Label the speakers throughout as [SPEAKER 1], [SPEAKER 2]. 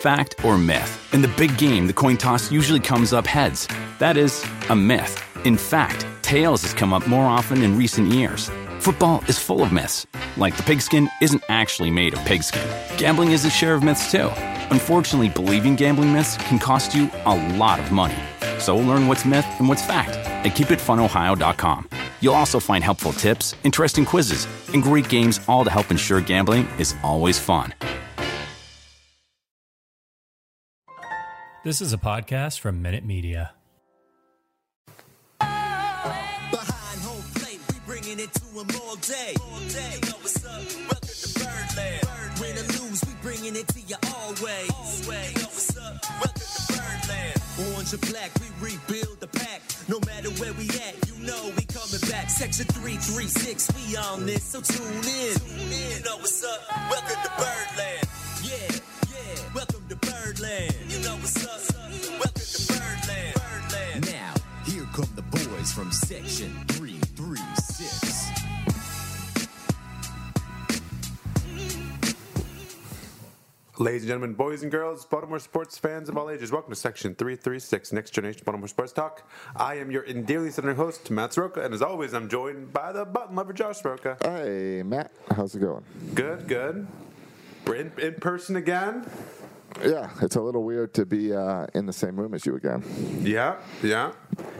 [SPEAKER 1] Fact or myth? In the big game, the coin toss usually comes up heads. That is, a myth. In fact, tails has come up more often in recent years. Football is full of myths, like the pigskin isn't actually made of pigskin. Gambling is a share of myths, too. Unfortunately, believing gambling myths can cost you a lot of money. So learn what's myth and what's fact at keepitfunohio.com. You'll also find helpful tips, interesting quizzes, and great games, all to help ensure gambling is always fun.
[SPEAKER 2] This is a podcast from Minute Media.
[SPEAKER 3] Behind home plate, we bringing it to 'em all day. All day. You know what's up? Welcome to Birdland. Win or lose, we bringing it to you always. Always. You know what's up? Welcome to Birdland. Orange and black, we rebuild the pack. No matter where we at, you know we coming back. Section 336, we on this, so tune in. You know what's up? Welcome to Birdland. Yeah, yeah. Welcome to Birdland. You know what's up? Welcome to Birdland. Birdland. Now, here come the boys from Section 336.
[SPEAKER 4] Ladies and gentlemen, boys and girls, Baltimore sports fans of all ages, welcome to Section 336 Next Generation Baltimore Sports Talk. I am your endearly southern host, Matt Soroka, and as always, I'm joined by the button lover, Josh Soroka.
[SPEAKER 5] Hey, Matt, how's it going?
[SPEAKER 4] Good, good. We're in, in person again.
[SPEAKER 5] Yeah, it's a little weird to be uh, in the same room as you again.
[SPEAKER 4] Yeah, yeah.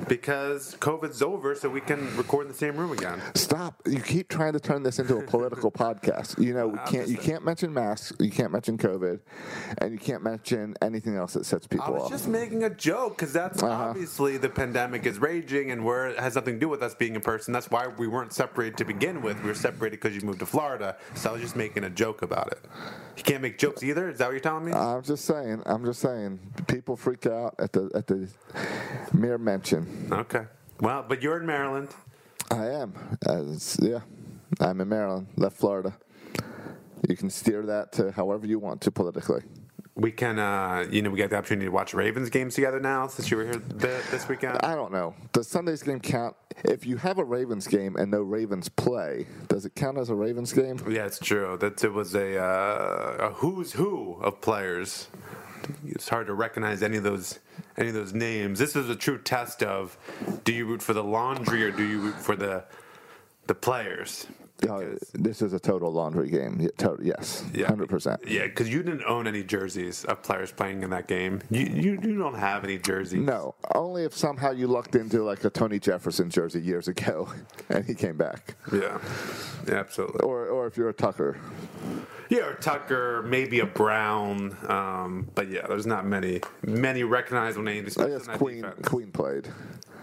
[SPEAKER 4] Because COVID's over, so we can record in the same room again.
[SPEAKER 5] Stop! You keep trying to turn this into a political podcast. You know, we can't. You can't mention masks. You can't mention COVID, and you can't mention anything else that sets
[SPEAKER 4] I
[SPEAKER 5] people
[SPEAKER 4] was
[SPEAKER 5] off.
[SPEAKER 4] just making a joke because that's obviously the pandemic is raging and we're, it has nothing to do with us being in person. That's why we weren't separated to begin with. We were separated because you moved to Florida. So I was just making a joke about it. You can't make jokes either. Is that what you're telling me?
[SPEAKER 5] I'm just saying. I'm just saying. People freak out at the at the mere mention.
[SPEAKER 4] okay. Well, but you're in Maryland.
[SPEAKER 5] I am. Uh, it's- yeah, I'm in Maryland. Left Florida. You can steer that to however you want to politically.
[SPEAKER 4] We can, uh, you know, we got the opportunity to watch Ravens games together now since you were here th- this weekend.
[SPEAKER 5] I don't know. Does Sunday's game count? If you have a Ravens game and no Ravens play, does it count as a Ravens game?
[SPEAKER 4] yeah, it's true. That it was a, uh, a who's who of players. It's hard to recognize any of those any of those names. This is a true test of do you root for the laundry or do you root for the the players?
[SPEAKER 5] Uh, this is a total laundry game. Y- to- yes,
[SPEAKER 4] Yeah.
[SPEAKER 5] hundred percent.
[SPEAKER 4] Yeah, because you didn't own any jerseys of players playing in that game. You you, you don't have any jerseys.
[SPEAKER 5] No, only if somehow you lucked into like a Tony Jefferson jersey years ago, and he came back,
[SPEAKER 4] Yeah. yeah absolutely.
[SPEAKER 5] or or if you're a Tucker.
[SPEAKER 4] Yeah, or Tucker, maybe a Brown, um, but yeah, there's not many many recognizable names.
[SPEAKER 5] I
[SPEAKER 4] especially
[SPEAKER 5] guess
[SPEAKER 4] on that
[SPEAKER 5] Queen
[SPEAKER 4] defense.
[SPEAKER 5] Queen played.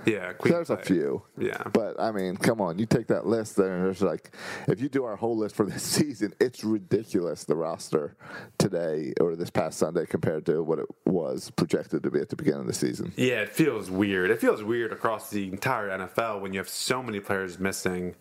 [SPEAKER 4] Yeah, Queen.
[SPEAKER 5] there's
[SPEAKER 4] played.
[SPEAKER 5] a few.
[SPEAKER 4] Yeah,
[SPEAKER 5] But I mean, come on, you take that list there, and there's like, if you do our whole list for this season, it's ridiculous the roster today or this past Sunday compared to what it was projected to be at the beginning of the season.
[SPEAKER 4] yeah, it feels weird. It feels weird across the entire NFL when you have so many players missing.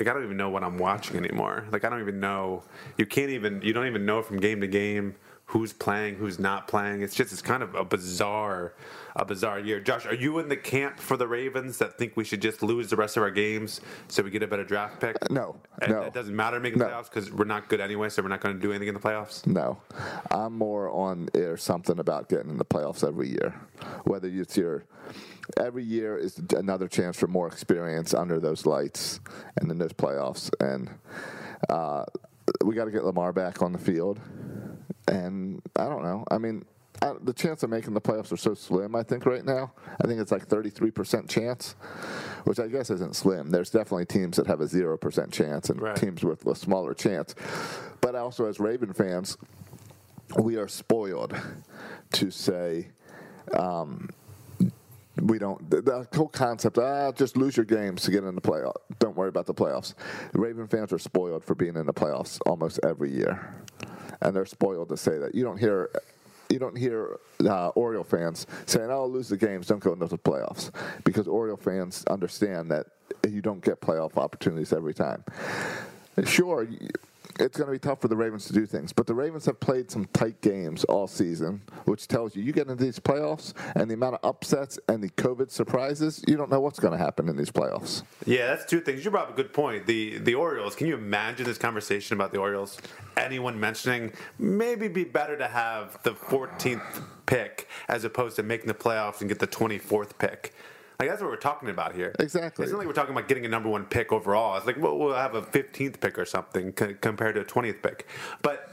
[SPEAKER 4] Like I don't even know what I'm watching anymore. Like I don't even know. You can't even. You don't even know from game to game who's playing, who's not playing. It's just it's kind of a bizarre, a bizarre year. Josh, are you in the camp for the Ravens that think we should just lose the rest of our games so we get a better draft pick?
[SPEAKER 5] No,
[SPEAKER 4] It,
[SPEAKER 5] Uh, no,
[SPEAKER 4] it doesn't matter making
[SPEAKER 5] No.
[SPEAKER 4] playoffs because we're not good anyway, so we're not going to do anything in the playoffs.
[SPEAKER 5] No, I'm more on there's something about getting in the playoffs every year. Whether it's your every year is another chance for more experience under those lights and in those playoffs, and uh, we got to get Lamar back on the field. And I don't know. I mean, I, the chance of making the playoffs are so slim. I think right now, I think it's like 33% chance, which I guess isn't slim. There's definitely teams that have a zero percent chance and
[SPEAKER 4] Right.
[SPEAKER 5] teams with a smaller chance. But also, as Raven fans, we are spoiled to say um, we don't. The, the whole concept, ah, just lose your games to get in the playoff. Don't worry about the playoffs. Raven fans are spoiled for being in the playoffs almost every year, and they're spoiled to say that. You don't hear. you don't hear uh, Oriole fans saying, "Oh, lose the games, don't go into the playoffs," because Oriole fans understand that you don't get playoff opportunities every time. Sure, y- it's going to be tough for the Ravens to do things, but the Ravens have played some tight games all season, which tells you you get into these playoffs and the amount of upsets and the COVID surprises, you don't know what's going to happen in these playoffs.
[SPEAKER 4] Yeah, that's two things. You brought up a good point. The the Orioles. Can you imagine this conversation about the Orioles? Anyone mentioning maybe be better to have the 14th pick as opposed to making the playoffs and get the 24th pick. Like that's what we're talking about here.
[SPEAKER 5] Exactly.
[SPEAKER 4] It's not like we're talking about getting a number one pick overall. It's like well, we'll have a 15th pick or something c- compared to a 20th pick. But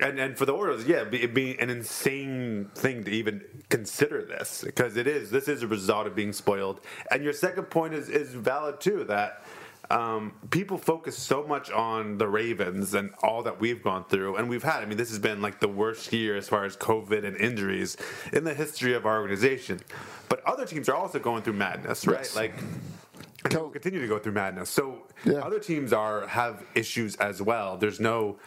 [SPEAKER 4] and and for the Orioles, yeah, it'd be, it'd be an insane thing to even consider this because it is this is a result of being spoiled. And your second point is is valid too that. Um, people focus so much on the Ravens and all that we've gone through, and we've had. I mean, this has been like the worst year as far as COVID and injuries in the history of our organization. But other teams are also going through madness, right?
[SPEAKER 5] Yes.
[SPEAKER 4] Like, and they'll continue to go through madness. So
[SPEAKER 5] Yeah.
[SPEAKER 4] other teams are have issues as well. There's no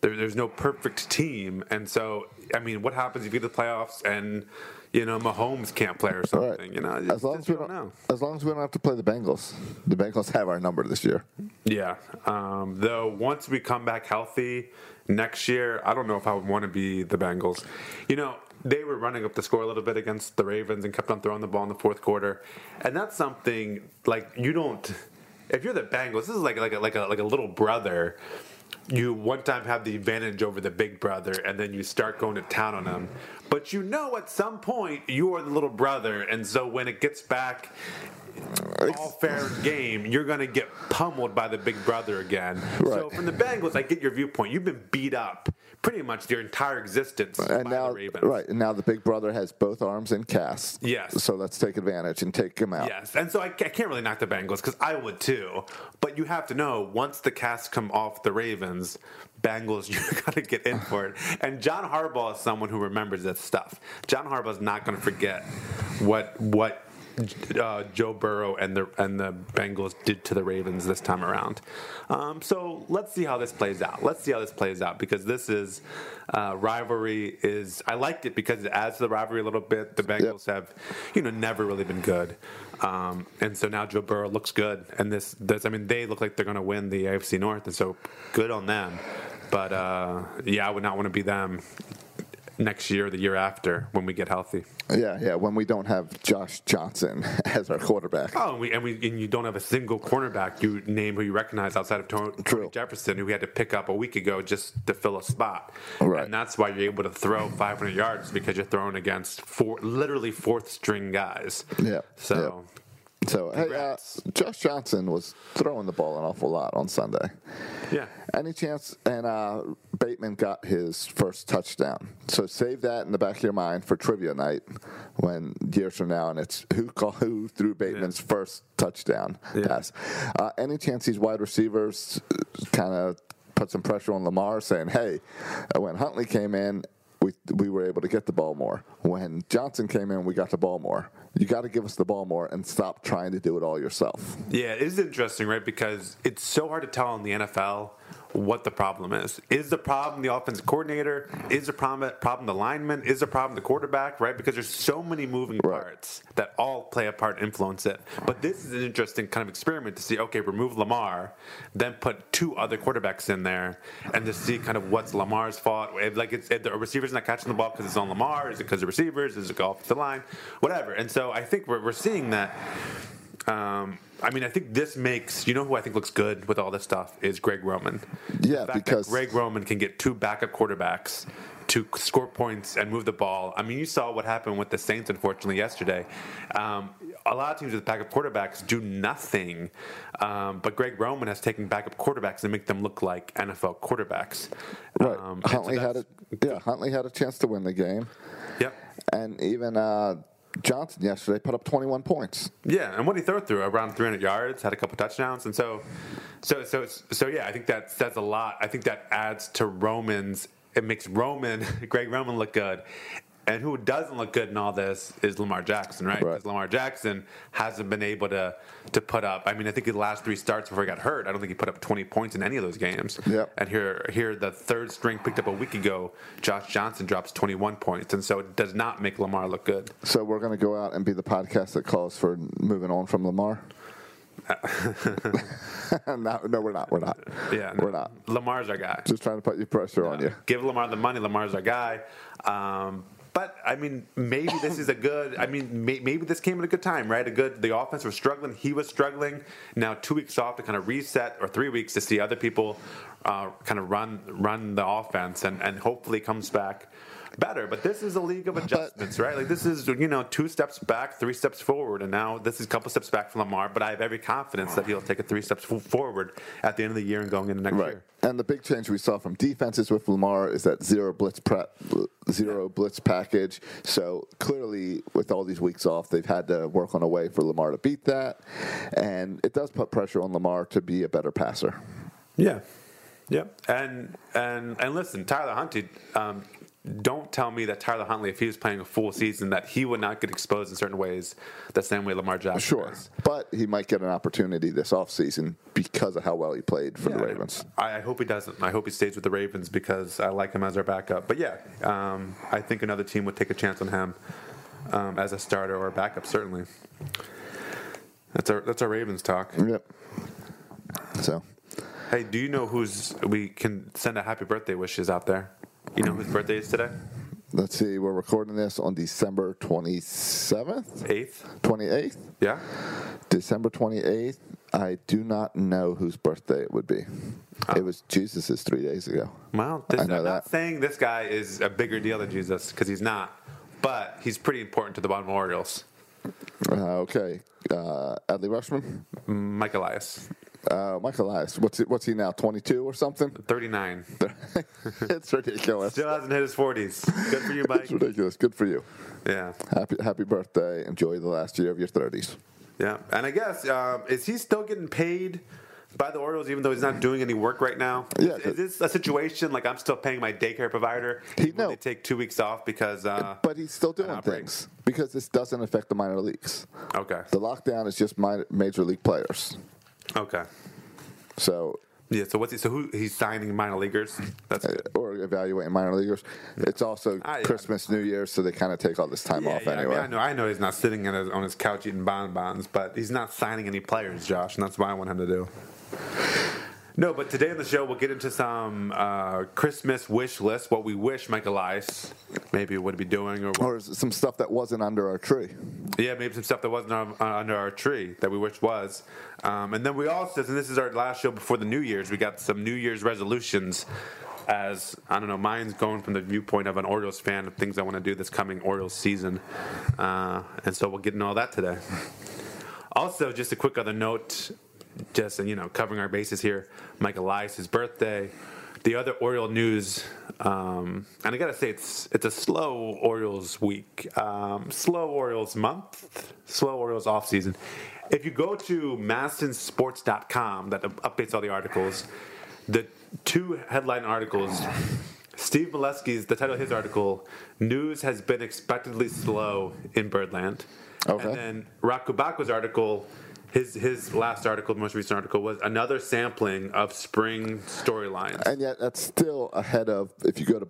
[SPEAKER 4] there, there's no perfect team, and so I mean, what happens if you get to the playoffs and you know Mahomes can't play or
[SPEAKER 5] All
[SPEAKER 4] something?
[SPEAKER 5] right.
[SPEAKER 4] You know,
[SPEAKER 5] as long as we don't,
[SPEAKER 4] know.
[SPEAKER 5] as long as we don't have to play the Bengals, the Bengals have our number this year.
[SPEAKER 4] Yeah. Um, though once we come back healthy next year, I don't know if I would want to be the Bengals. You know, they were running up the score a little bit against the Ravens and kept on throwing the ball in the fourth quarter, and that's something like you don't. If you're the Bengals, this is like like a, like a like a little brother. You one time have the advantage over the big brother, and then you start going to town on him. But you know, at some point, you are the little brother, and so when it gets back, all fair and game, you're going to get pummeled by the big brother again. So
[SPEAKER 5] Right.
[SPEAKER 4] from the Bengals, I get your viewpoint. You've been beat up pretty much your entire existence
[SPEAKER 5] and
[SPEAKER 4] by
[SPEAKER 5] now
[SPEAKER 4] the Ravens.
[SPEAKER 5] right and now the big brother has both arms in cast
[SPEAKER 4] Yes.
[SPEAKER 5] so let's take advantage and take him out
[SPEAKER 4] Yes, and so I, I can't really knock the Bengals because I would too. But you have to know once the cast come off the Ravens, Bengals, you're gonna get in for it. And John Harbaugh is someone who remembers that stuff. John Harbaugh is not gonna forget what what uh, Joe Burrow and the and the Bengals did to the Ravens this time around. Um, so let's see how this plays out. Let's see how this plays out because this is uh, rivalry is I liked it because it adds to the rivalry a little bit. The Bengals have you know never really been good, um, and so now Joe Burrow looks good. And this, this I mean, they look like they're going to win the AFC North, and so good on them. But uh, yeah, I would not want to be them next year or the year after when we get healthy.
[SPEAKER 5] yeah yeah when we don't have josh johnson as our quarterback
[SPEAKER 4] Oh, and we and we and you don't have a single cornerback you name who you recognize outside of Tony, Tony
[SPEAKER 5] True.
[SPEAKER 4] Jefferson, who we had to pick up a week ago just to fill a spot.
[SPEAKER 5] Right.
[SPEAKER 4] And that's why you're able to throw 500 yards because you're throwing against four, literally fourth string guys.
[SPEAKER 5] Yeah,
[SPEAKER 4] So
[SPEAKER 5] so hey, uh,
[SPEAKER 4] congrats.
[SPEAKER 5] josh johnson was throwing the ball an awful lot on sunday
[SPEAKER 4] yeah.
[SPEAKER 5] any chance and uh, bateman got his first touchdown so save that in the back of your mind for trivia night when years from now and it's who call, who threw bateman's first touchdown pass uh, any chance these wide receivers kind of put some pressure on lamar saying hey uh, when huntley came in we, we were able to get the ball more. When Johnson came in, we got the ball more. You got to give us the ball more and stop trying to do it all yourself.
[SPEAKER 4] Yeah, it is interesting, right? Because it's so hard to tell in the NFL what the problem is. Is the problem the offensive coordinator? Is the problem problem the lineman? Is the problem the quarterback? Right? Because there's so many moving
[SPEAKER 5] Right.
[SPEAKER 4] parts that all play a part, and influence it. But this is an interesting kind of experiment to see. Okay, remove Lamar, then put two other quarterbacks in there, and to see kind of what's Lamar's fault. If, like, it's, if the receiver's not catching the ball because it's on Lamar, is it because the receivers? Is it off the line? Whatever. And so I think we're, we're seeing that. Um, I mean, I think this makes you know who I think looks good with all this stuff is Greg Roman. The
[SPEAKER 5] Yeah,
[SPEAKER 4] fact that
[SPEAKER 5] because-
[SPEAKER 4] Greg Roman can get two backup quarterbacks to score points and move the ball. I mean, you saw what happened with the Saints, unfortunately, yesterday. Um, a lot of teams with backup quarterbacks do nothing, um, but Greg Roman has taken backup quarterbacks and make them look like NFL quarterbacks.
[SPEAKER 5] Right.
[SPEAKER 4] Um, and so
[SPEAKER 5] Huntley had a
[SPEAKER 4] that's-
[SPEAKER 5] yeah. Huntley had a chance to win the game.
[SPEAKER 4] Yep.
[SPEAKER 5] and even uh, Johnson yesterday put up 21 points.
[SPEAKER 4] Yeah, and what he throw through around 300 yards, had a couple touchdowns, and so, so, so, so, yeah, I think that's that's a lot. I think that adds to Roman's. It makes Roman, Greg Roman, look good. And who doesn't look good in all this is Lamar Jackson, right?
[SPEAKER 5] Right.
[SPEAKER 4] Because Lamar Jackson hasn't been able to to put up. I mean, I think the last three starts before he got hurt, I don't think he put up 20 points in any of those games.
[SPEAKER 5] Yep.
[SPEAKER 4] And here, here the third string picked up a week ago. Josh Johnson drops 21 points, and so it does not make Lamar look good.
[SPEAKER 5] So we're going to go out and be the podcast that calls for moving on from Lamar. no, no, we're not. We're not.
[SPEAKER 4] Yeah,
[SPEAKER 5] we're not.
[SPEAKER 4] Lamar's our guy.
[SPEAKER 5] Just trying to put your pressure on you.
[SPEAKER 4] Give Lamar the money. Lamar's our guy. Um, but I mean, maybe this is a good. I mean, may, maybe this came at a good time, right? A good. The offense was struggling. He was struggling. Now two weeks off to kind of reset, or three weeks to see other people uh, kind of run run the offense, and and hopefully comes back better. But this is a league of adjustments, right? Like this is you know two steps back, three steps forward, and now this is a couple steps back from Lamar. But I have every confidence that he'll take a three steps f- forward at the end of the year and going into next
[SPEAKER 5] Right.
[SPEAKER 4] year.
[SPEAKER 5] And the big change we saw from defenses with Lamar is that zero blitz prep, zero blitz package. So clearly, with all these weeks off, they've had to work on a way for Lamar to beat that, and it does put pressure on Lamar to be a better passer.
[SPEAKER 4] Yeah. Yep. And and and listen, Tyler Huntley. Um, don't tell me that Tyler Huntley, if he was playing a full season, that he would not get exposed in certain ways the same way Lamar Jackson.
[SPEAKER 5] Sure,
[SPEAKER 4] is.
[SPEAKER 5] but he might get an opportunity this offseason because of how well he played for the Ravens.
[SPEAKER 4] I, I hope he doesn't. I hope he stays with the Ravens because I like him as our backup. But yeah, um, I think another team would take a chance on him um, as a starter or a backup. Certainly. That's our that's our Ravens talk.
[SPEAKER 5] Yep. So,
[SPEAKER 4] Hey, do you know who's we can send a happy birthday wishes out there? You know whose birthday is today?
[SPEAKER 5] let's see. We're recording this on December 27th,
[SPEAKER 4] Eighth.
[SPEAKER 5] 28th.
[SPEAKER 4] Yeah.
[SPEAKER 5] December 28th. I do not know whose birthday it would be.
[SPEAKER 4] Ah.
[SPEAKER 5] It was Jesus's three days ago.
[SPEAKER 4] Well, this,
[SPEAKER 5] I know
[SPEAKER 4] I'm not
[SPEAKER 5] that.
[SPEAKER 4] saying this guy is a bigger deal than Jesus because he's not, but he's pretty important to the Baltimore Orioles.
[SPEAKER 5] Uh, okay. Uh, Adley Rushman.
[SPEAKER 4] Mike Elias,
[SPEAKER 5] Uh, Michael Elias. What's he, what's he now? 22 or something?
[SPEAKER 4] 39,
[SPEAKER 5] it's ridiculous.
[SPEAKER 4] still hasn't hit his 40s. Good for you, Mike.
[SPEAKER 5] It's ridiculous. Good for you.
[SPEAKER 4] Yeah,
[SPEAKER 5] Happy happy birthday. Enjoy the last year of your 30s.
[SPEAKER 4] yeah. And I guess um, is he still getting paid by the Orioles even though he's not doing any work right now?
[SPEAKER 5] Yeah,
[SPEAKER 4] is, is this a situation like I'm still paying my daycare provider?
[SPEAKER 5] He-
[SPEAKER 4] even when
[SPEAKER 5] no.
[SPEAKER 4] They take two weeks off because. Uh,
[SPEAKER 5] but he's still doing
[SPEAKER 4] outbreak.
[SPEAKER 5] things because this doesn't affect the minor leagues.
[SPEAKER 4] okay.
[SPEAKER 5] The lockdown is just minor, major league players.
[SPEAKER 4] Okay.
[SPEAKER 5] So
[SPEAKER 4] Yeah. So what's he? So who he's signing minor leaguers? That's
[SPEAKER 5] uh,
[SPEAKER 4] good.
[SPEAKER 5] or evaluating minor leaguers. It's also
[SPEAKER 4] Ah, yeah.
[SPEAKER 5] Christmas, New Year's, so they kind of take all this time off anyway.
[SPEAKER 4] I, mean, I know, I know he's not sitting in his, on his couch eating bonbons, but he's not signing any players, Josh, and that's what I want him to do. No, but today on the show we'll get into some uh, Christmas wish list, what we wish Mike Elias maybe would be doing, or,
[SPEAKER 5] Or is it some stuff that wasn't under our tree.
[SPEAKER 4] yeah, maybe some stuff that wasn't on, uh, under our tree that we wish was. Um, and then we also, and this is our last show before the New Year's, we got some New Year's resolutions. As I don't know, mine's going from the viewpoint of an Orioles fan of things I want to do this coming Orioles season, uh, and so we'll get into all that today. Also, just a quick other note, just you know, covering our bases here. Mike Elias' birthday. The other Oriole news, um, and I gotta say, it's it's a slow Orioles week, um, slow Orioles month, slow Orioles off season. If you go to mastinsports.com, that updates all the articles. The two headline articles Steve Molesky's, the title of his article, News Has Been Expectedly Slow in Birdland.
[SPEAKER 5] Okay.
[SPEAKER 4] And then Rakubakwa's article, his his last article, most recent article, was another sampling of spring storylines.
[SPEAKER 5] And yet, that's still ahead of if you go to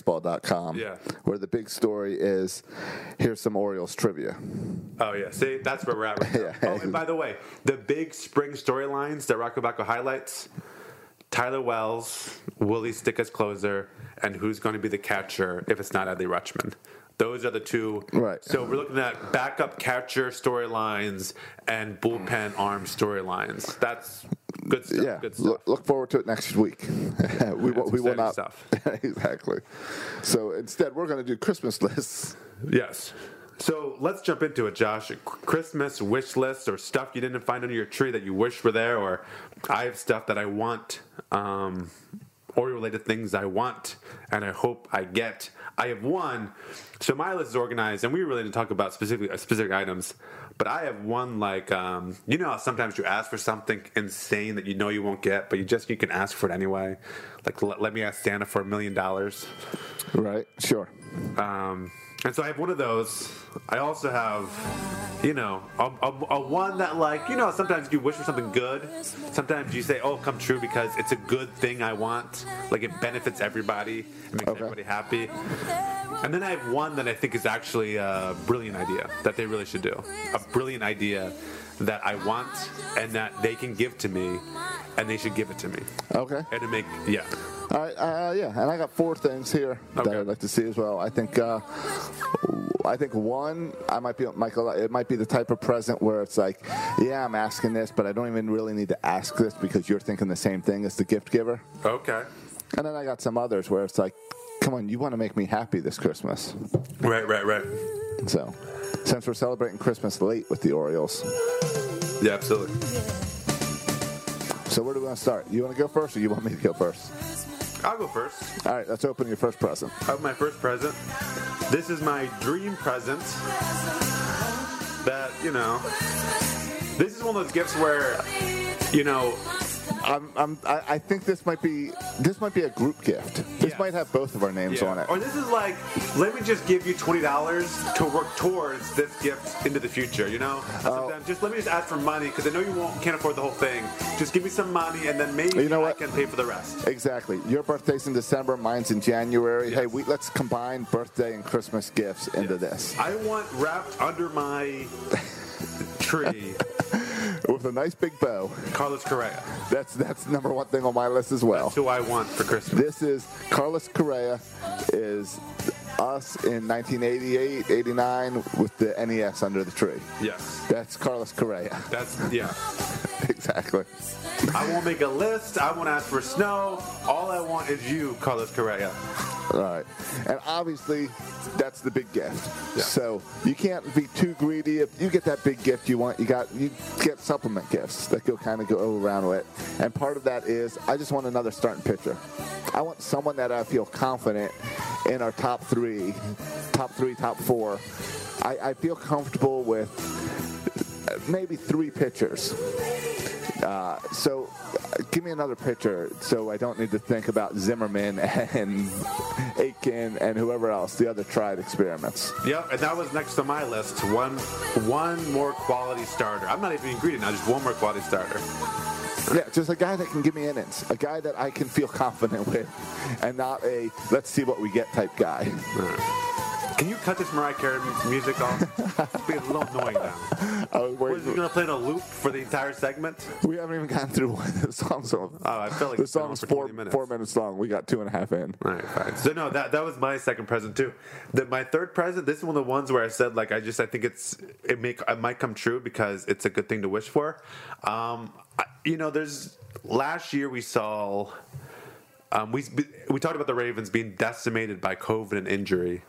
[SPEAKER 5] BaltimoreBaseball.com,
[SPEAKER 4] Yeah.
[SPEAKER 5] where the big story is here's some Orioles trivia.
[SPEAKER 4] Oh yeah, see that's where we're at right now.
[SPEAKER 5] Yeah.
[SPEAKER 4] Oh, and by the way, the big spring storylines that Rakubako highlights: Tyler Wells, will he stick as closer, and who's going to be the catcher if it's not Adley Rutschman. Those are the two.
[SPEAKER 5] Right.
[SPEAKER 4] So we're looking at backup catcher storylines and bullpen arm storylines. That's good stuff.
[SPEAKER 5] yeah,
[SPEAKER 4] Good stuff.
[SPEAKER 5] look, look forward to it next week. we will, we will
[SPEAKER 4] exciting
[SPEAKER 5] not
[SPEAKER 4] stuff.
[SPEAKER 5] exactly. So instead, we're going to do Christmas lists.
[SPEAKER 4] Yes. So let's jump into it, Josh. C- Christmas wish lists or stuff you didn't find under your tree that you wish were there, or I have stuff that I want, um, or related things I want and I hope I get. I have one. So my list is organized, and we really didn't talk about specific uh, specific items, but I have one like um, you know how sometimes you ask for something insane that you know you won't get, but you just you can ask for it anyway. Like let, let me ask Santa for a million dollars.
[SPEAKER 5] Right? Sure.
[SPEAKER 4] Um, And so I have one of those. I also have, you know, a, a, a one that, like, you know, sometimes you wish for something good. Sometimes you say, oh, come true because it's a good thing I want. Like, it benefits everybody, it makes everybody happy. And then I have one that I think is actually a brilliant idea that they really should do. A brilliant idea that I want and that they can give to me, and they should give it to me.
[SPEAKER 5] Okay.
[SPEAKER 4] And to make, yeah.
[SPEAKER 5] All right, uh, yeah, and I got four things here that
[SPEAKER 4] Okay.
[SPEAKER 5] I'd like to see as well. I think, uh, I think one, I might be Michael. It might be the type of present where it's like, yeah, I'm asking this, but I don't even really need to ask this because you're thinking the same thing as the gift giver.
[SPEAKER 4] Okay.
[SPEAKER 5] And then I got some others where it's like, come on, you want to make me happy this Christmas.
[SPEAKER 4] Right, right, right.
[SPEAKER 5] So, since we're celebrating Christmas late with the Orioles,
[SPEAKER 4] Yeah, absolutely.
[SPEAKER 5] so where do we want to start? You want to go first, or you want me to go first?
[SPEAKER 4] I'll go first.
[SPEAKER 5] All right, let's open your first present.
[SPEAKER 4] of my first present. This is my dream present. That, you know, this is one of those gifts where, you know,
[SPEAKER 5] I'm, I'm, I, I think this might be this might be a group gift. This
[SPEAKER 4] Yeah.
[SPEAKER 5] might have both of our names
[SPEAKER 4] yeah.
[SPEAKER 5] on it.
[SPEAKER 4] or this is like, let me just give you $20 to work towards this gift into the future, you know?
[SPEAKER 5] Oh.
[SPEAKER 4] Sometimes just let me just ask for money because I know you won't, can't afford the whole thing. Just give me some money and then maybe
[SPEAKER 5] You know
[SPEAKER 4] I
[SPEAKER 5] what?
[SPEAKER 4] can pay for the rest.
[SPEAKER 5] Exactly. Your birthday's in December. Mine's in January. Hey,
[SPEAKER 4] Yes.
[SPEAKER 5] we, let's combine birthday and Christmas gifts into this
[SPEAKER 4] I want wrapped under my tree
[SPEAKER 5] with a nice big bow.
[SPEAKER 4] Carlos Correa.
[SPEAKER 5] That's that's number one thing on my list as well.
[SPEAKER 4] That's who I want for Christmas.
[SPEAKER 5] This is Carlos Correa is us in 1988, 89 with the NES under the tree.
[SPEAKER 4] Yes.
[SPEAKER 5] That's Carlos Correa.
[SPEAKER 4] That's, yeah.
[SPEAKER 5] exactly.
[SPEAKER 4] I won't make a list. I won't ask for snow. All I want is you, Carlos Correa.
[SPEAKER 5] All right. And obviously, that's the big gift.
[SPEAKER 4] Yeah.
[SPEAKER 5] So you can't be too greedy. If you get that big gift you want, you got you get supplement gifts that go kind of go around with. And part of that is I just want another starting pitcher. I want someone that I feel confident in our top three, top three, top four. I, I feel comfortable with uh, maybe three pitchers. So, uh, give me another pitcher, so I don't need to think about Zimmerman and Aiken and whoever else, the other tried experiments.
[SPEAKER 4] Yep, and that was next to my list. One, one more quality starter. I'm not even greedy now. Just one more quality starter.
[SPEAKER 5] Yeah, just a guy that can give me innings, a guy that I can feel confident with, and not a let's see what we get type guy.
[SPEAKER 4] Can you cut this Mariah Carey m- music off? It's being a little annoying now.
[SPEAKER 5] Uh, wait,
[SPEAKER 4] What, is it going to play in a loop for the entire segment?
[SPEAKER 5] we haven't even gotten through one of the songs. Oh,
[SPEAKER 4] Oh, I felt like
[SPEAKER 5] the
[SPEAKER 4] it's been on
[SPEAKER 5] song's
[SPEAKER 4] for
[SPEAKER 5] four
[SPEAKER 4] 20 minutes.
[SPEAKER 5] four minutes long. We got two and a half in.
[SPEAKER 4] All right, fine. So no, that that was my second present too. That my third present. This is one of the ones where I said like I just I think it's it make it might come true because it's a good thing to wish for. Um, I, you know, there's last year we saw. Um, we we talked about the Ravens being decimated by COVID and injury.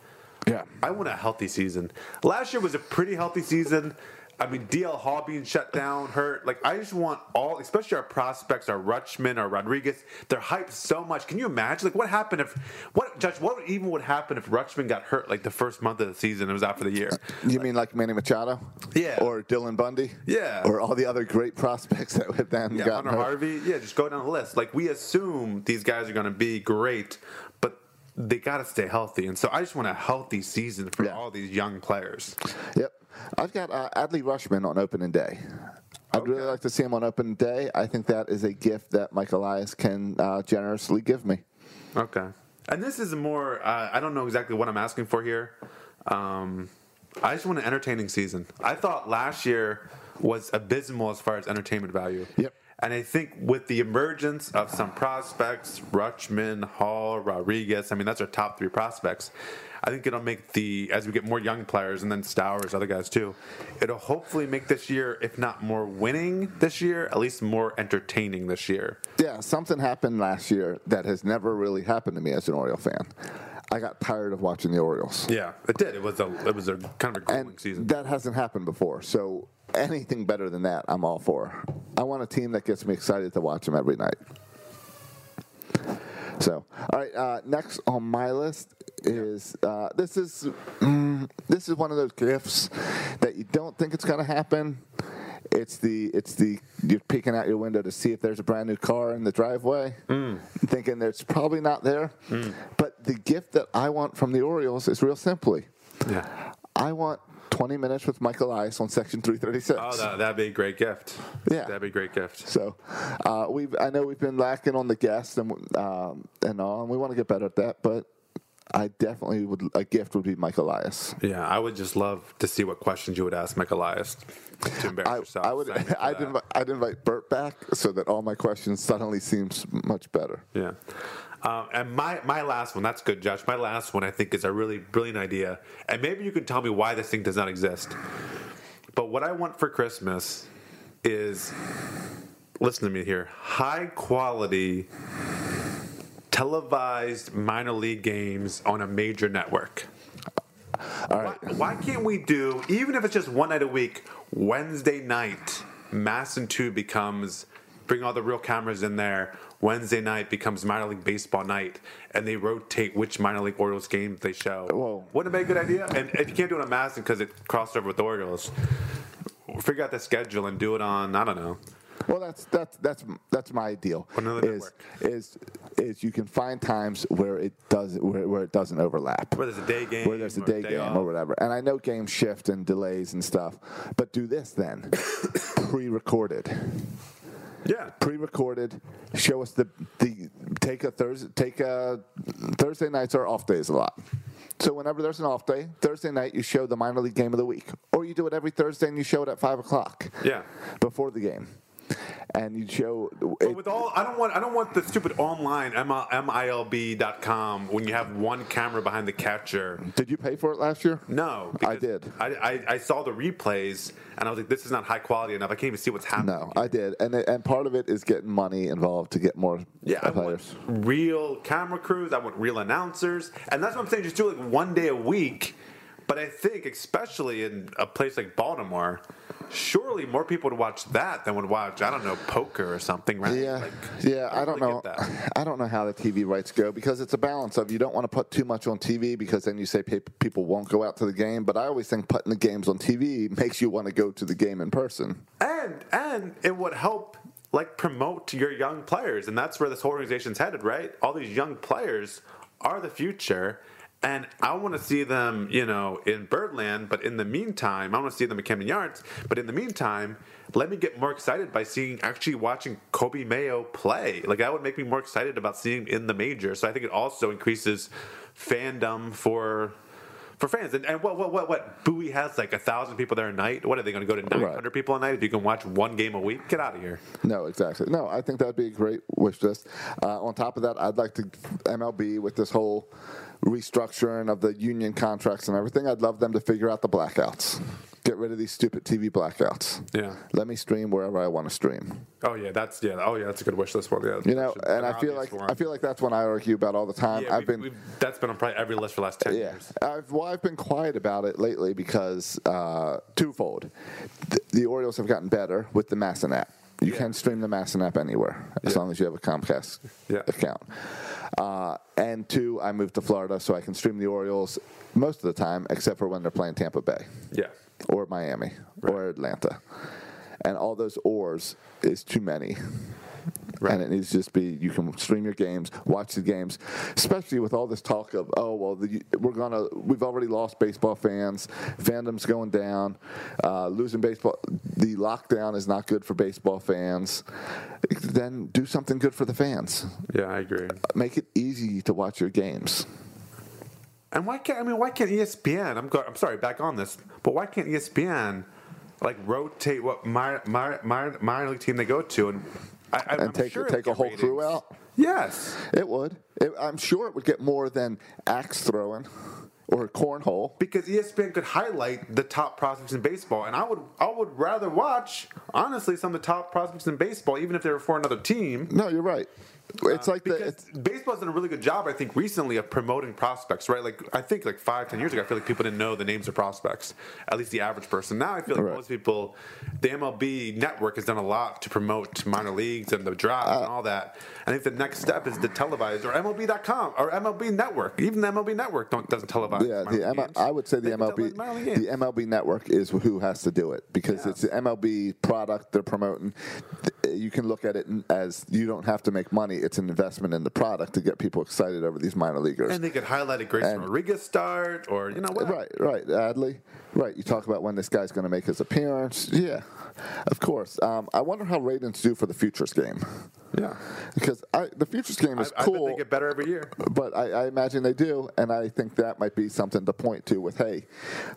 [SPEAKER 5] Yeah,
[SPEAKER 4] I want a healthy season. Last year was a pretty healthy season. I mean, DL Hall being shut down, hurt. Like, I just want all, especially our prospects, our Rutschman, our Rodriguez. They're hyped so much. Can you imagine? Like, what happened if, what, Judge, what even would happen if Rutschman got hurt, like, the first month of the season and was out for the year?
[SPEAKER 5] you mean like Manny Machado?
[SPEAKER 4] Yeah.
[SPEAKER 5] Or Dylan Bundy?
[SPEAKER 4] Yeah.
[SPEAKER 5] Or all the other great prospects that have then
[SPEAKER 4] Yeah,
[SPEAKER 5] gotten
[SPEAKER 4] Hunter
[SPEAKER 5] hurt?
[SPEAKER 4] Harvey. Yeah, just go down the list. Like, we assume these guys are going to be great, but they got to stay healthy. And so I just want a healthy season for
[SPEAKER 5] Yeah.
[SPEAKER 4] all these young players.
[SPEAKER 5] Yep. I've got uh, Adley Rushman on opening day. I'd really like to see him on opening day. I think that is a gift that Mike Elias can uh, generously give me.
[SPEAKER 4] Okay. And this is more, uh, I don't know exactly what I'm asking for here. Um, I just want an entertaining season. I thought last year was abysmal as far as entertainment value.
[SPEAKER 5] Yep.
[SPEAKER 4] And I think with the emergence of some prospects, Rutschman, Hall, Rodriguez, I mean, that's our top three prospects. I think it'll make the, as we get more young players and then Stowers, other guys too, it'll hopefully make this year, if not more winning this year, at least more entertaining this year.
[SPEAKER 5] Yeah, something happened last year that has never really happened to me as an Oriole fan. I got tired of watching the Orioles.
[SPEAKER 4] Yeah, it did. It was a, it was a kind of a grueling
[SPEAKER 5] And
[SPEAKER 4] season.
[SPEAKER 5] that hasn't happened before. So anything better than that, I'm all for. I want a team that gets me excited to watch them every night. So, all right. Uh, next on my list is uh, this is mm, this is one of those gifts that you don't think it's going to happen. It's the it's the you're peeking out your window to see if there's a brand new car in the driveway, thinking that it's probably not there. But the gift that I want from the Orioles is real simply
[SPEAKER 4] Yeah.
[SPEAKER 5] I want 20 minutes with Michael Elias on Section 336.
[SPEAKER 4] Oh, that, that'd be a great gift.
[SPEAKER 5] Yeah.
[SPEAKER 4] That'd be a great gift.
[SPEAKER 5] So, uh, we've I know we've been lacking on the guests and um, and all, and we want to get better at that. But I definitely would a gift would be Mike Elias.
[SPEAKER 4] Yeah, I would just love to see what questions you would ask Mike Elias to embarrass
[SPEAKER 5] I,
[SPEAKER 4] yourself.
[SPEAKER 5] I would
[SPEAKER 4] Sign me for
[SPEAKER 5] I'd,
[SPEAKER 4] that.
[SPEAKER 5] invi- I'd invite Bert back so that all my questions suddenly seems much better.
[SPEAKER 4] Yeah. Um, and my, my last one, that's good, Josh. My last one, I think, is a really brilliant idea. And maybe you can tell me why this thing does not exist. But what I want for Christmas is listen to me here high quality televised minor league games on a major network.
[SPEAKER 5] All right,
[SPEAKER 4] Why can't we do, even if it's just one night a week, Wednesday night, Mass and 2 becomes, bring all the real cameras in there. Wednesday night becomes minor league baseball night, and they rotate which minor league Orioles games they show.
[SPEAKER 5] Whoa.
[SPEAKER 4] Wouldn't it be a good idea? And if you can't do it on Mass because it crossed over with the Orioles, figure out the schedule and do it on, I don't know.
[SPEAKER 5] Well, that's that's that's that's my ideal.
[SPEAKER 4] Another
[SPEAKER 5] is,
[SPEAKER 4] network.
[SPEAKER 5] is is you can find times where it does where, where it doesn't overlap.
[SPEAKER 4] Where there's a day game
[SPEAKER 5] Where there's a
[SPEAKER 4] or
[SPEAKER 5] day,
[SPEAKER 4] day
[SPEAKER 5] game
[SPEAKER 4] off.
[SPEAKER 5] or whatever. And I know games shift and delays and stuff, but do this then, pre-recorded
[SPEAKER 4] Yeah.
[SPEAKER 5] pre-recorded. Show us the the take a Thursday take a Thursday nights are off days a lot. So whenever there's an off day, Thursday night you show the minor league game of the week, or you do it every Thursday and you show it at five o'clock.
[SPEAKER 4] Yeah.
[SPEAKER 5] before the game, and you show.
[SPEAKER 4] But with all, I don't want I don't want the stupid online milb.com when you have one camera behind the catcher
[SPEAKER 5] did you pay for it last year?
[SPEAKER 4] No,
[SPEAKER 5] I
[SPEAKER 4] because
[SPEAKER 5] did.
[SPEAKER 4] I, I, I saw the replays and I was like, this is not high quality enough. I can't even see what's happening.
[SPEAKER 5] No, I did, and it- and part of it is getting money involved to get more
[SPEAKER 4] Yeah, I
[SPEAKER 5] players.
[SPEAKER 4] want real camera crews. I want real announcers, and that's what I'm saying. Just do it like one day a week. But I think, especially in a place like Baltimore, surely more people would watch that than would watch I don't know poker or something, right?
[SPEAKER 5] Yeah,
[SPEAKER 4] Like,
[SPEAKER 5] yeah. I don't
[SPEAKER 4] really
[SPEAKER 5] know.
[SPEAKER 4] get that.
[SPEAKER 5] I don't know how the TV rights go because it's a balance of you don't want to put too much on TV because then you say pe- people won't go out to the game. But I always think putting the games on TV makes you want to go to the game in person.
[SPEAKER 4] and and it would help like promote your young players and that's where this whole organization's headed right all these young players are the future and I want to see them, you know, in Birdland. But in the meantime, I want to see them at Camden Yards. But in the meantime, let me get more excited by seeing actually watching Kobe Mayo play. Like that would make me more excited about seeing him in the major. So I think it also increases fandom for for fans. And, and what what what what Bowie has like a thousand people there a night. What are they going to go to nine hundred people a night if you can watch one game a week? Get out of here.
[SPEAKER 5] No, exactly. No, I think that would be a great wish list. Uh, on top of that, I'd like to MLB with this whole restructuring of the union contracts and everything. I'd love them to figure out the blackouts. Get rid of these stupid TV blackouts.
[SPEAKER 4] Yeah.
[SPEAKER 5] Let me stream wherever I want to stream.
[SPEAKER 4] Oh yeah, that's yeah. Oh yeah, that's a good wish list one. Yeah,
[SPEAKER 5] You know,
[SPEAKER 4] Should-
[SPEAKER 5] and
[SPEAKER 4] an
[SPEAKER 5] I feel like
[SPEAKER 4] obvious one.
[SPEAKER 5] I feel like that's when I argue about all the time.
[SPEAKER 4] Yeah, we've-
[SPEAKER 5] I've been
[SPEAKER 4] we've- that's been on probably every list for the last ten
[SPEAKER 5] Yeah,
[SPEAKER 4] years.
[SPEAKER 5] I've, well, I've been quiet about it lately because uh, twofold. The, the Orioles have gotten better with the Masson app. You
[SPEAKER 4] Yeah.
[SPEAKER 5] can stream the Masson app anywhere as
[SPEAKER 4] Yeah.
[SPEAKER 5] long as you have a Comcast
[SPEAKER 4] Yeah.
[SPEAKER 5] account. Uh, and two, I moved to Florida so I can stream the Orioles most of the time, except for when they're playing Tampa Bay
[SPEAKER 4] Yeah,
[SPEAKER 5] or Miami or Atlanta. And all those ors is too many.
[SPEAKER 4] Right.
[SPEAKER 5] And it needs to just be you can stream your games, watch the games, especially with all this talk of oh well the, we're gonna we've already lost baseball fans, fandom's going down, uh, losing baseball. The lockdown is not good for baseball fans. Then do something good for the fans.
[SPEAKER 4] yeah, I agree.
[SPEAKER 5] Make it easy to watch your games.
[SPEAKER 4] And why can't I mean why can't E ESPN? I'm go, I'm sorry, back on this, but why can't E ESPN like rotate what minor minor minor, minor league team they go to and I, I,
[SPEAKER 5] And
[SPEAKER 4] I'm
[SPEAKER 5] take
[SPEAKER 4] sure it'll
[SPEAKER 5] take a
[SPEAKER 4] get
[SPEAKER 5] whole crew
[SPEAKER 4] ratings.
[SPEAKER 5] out.
[SPEAKER 4] Yes,
[SPEAKER 5] It would. It, I'm sure it would get more than axe throwing or cornhole.
[SPEAKER 4] because E ESPN could highlight the top prospects in baseball, and I would I would rather watch honestly some of the top prospects in baseball, even if they were for another team.
[SPEAKER 5] No, you're right. It's like the.
[SPEAKER 4] Uh, Because
[SPEAKER 5] It's,
[SPEAKER 4] baseball's done a really good job, I think, recently of promoting prospects, right? Like I think like five, ten years ago, I feel like people didn't know the names of prospects, at least the average person. Now I feel like
[SPEAKER 5] Right.
[SPEAKER 4] most people, the MLB network has done a lot to promote minor leagues and the draft
[SPEAKER 5] Uh,
[SPEAKER 4] and all that. I think the next step is the televised or MLB.com or MLB Network. Even the MLB Network don't, doesn't televise. minor
[SPEAKER 5] yeah, the
[SPEAKER 4] league
[SPEAKER 5] M-
[SPEAKER 4] games.
[SPEAKER 5] I would say
[SPEAKER 4] They
[SPEAKER 5] the
[SPEAKER 4] don't televise
[SPEAKER 5] MLB,
[SPEAKER 4] minor league games.
[SPEAKER 5] the MLB network is who has to do it because it's the MLB product they're promoting. Th- you can look at it as you don't have to make money. It's an investment in the product to get people excited over these minor leaguers.
[SPEAKER 4] And they could highlight a Grace
[SPEAKER 5] And-
[SPEAKER 4] Rodriguez start, or you know what?
[SPEAKER 5] Right, right, Adley. Right, you talk about when this guy's going to make his appearance. Yeah, of course. Um, I wonder how ratings do for the futures game,
[SPEAKER 4] Yeah.
[SPEAKER 5] because I, the futures game
[SPEAKER 4] I,
[SPEAKER 5] is
[SPEAKER 4] I bet
[SPEAKER 5] cool
[SPEAKER 4] they get better every year.
[SPEAKER 5] but I, I imagine they do, and I think that might be something to point to. With hey,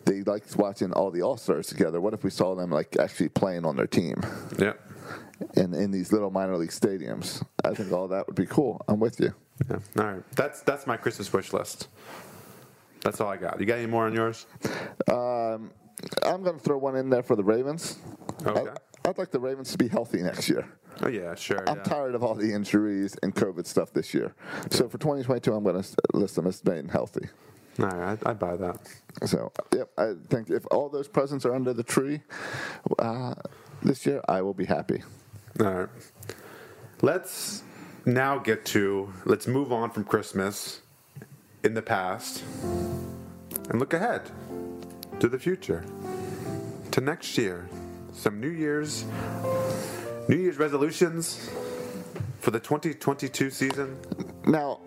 [SPEAKER 5] they liked watching all the all stars together. What if we saw them like actually playing on their team,
[SPEAKER 4] Yeah.
[SPEAKER 5] in in these little minor league stadiums? I think all that would be cool. I'm with you.
[SPEAKER 4] yeah. All right. That's that's my Christmas wish list. That's all I got. You got any more on yours?
[SPEAKER 5] Um, I'm going to throw one in there for the Ravens.
[SPEAKER 4] Okay.
[SPEAKER 5] I, would like the Ravens to be healthy next year.
[SPEAKER 4] Oh yeah, sure.
[SPEAKER 5] I'm
[SPEAKER 4] yeah.
[SPEAKER 5] tired of all the injuries and COVID stuff this year. So for 2022, I'm going to list them as being healthy.
[SPEAKER 4] All right, I, I buy that.
[SPEAKER 5] So, yep, I think if all those presents are under the tree uh, this year, I will be happy.
[SPEAKER 4] All right. Let's now get to let's move on from Christmas in the past and look ahead to the future to next year. Some New Year's New Year's resolutions for the 2022 season.
[SPEAKER 5] Now,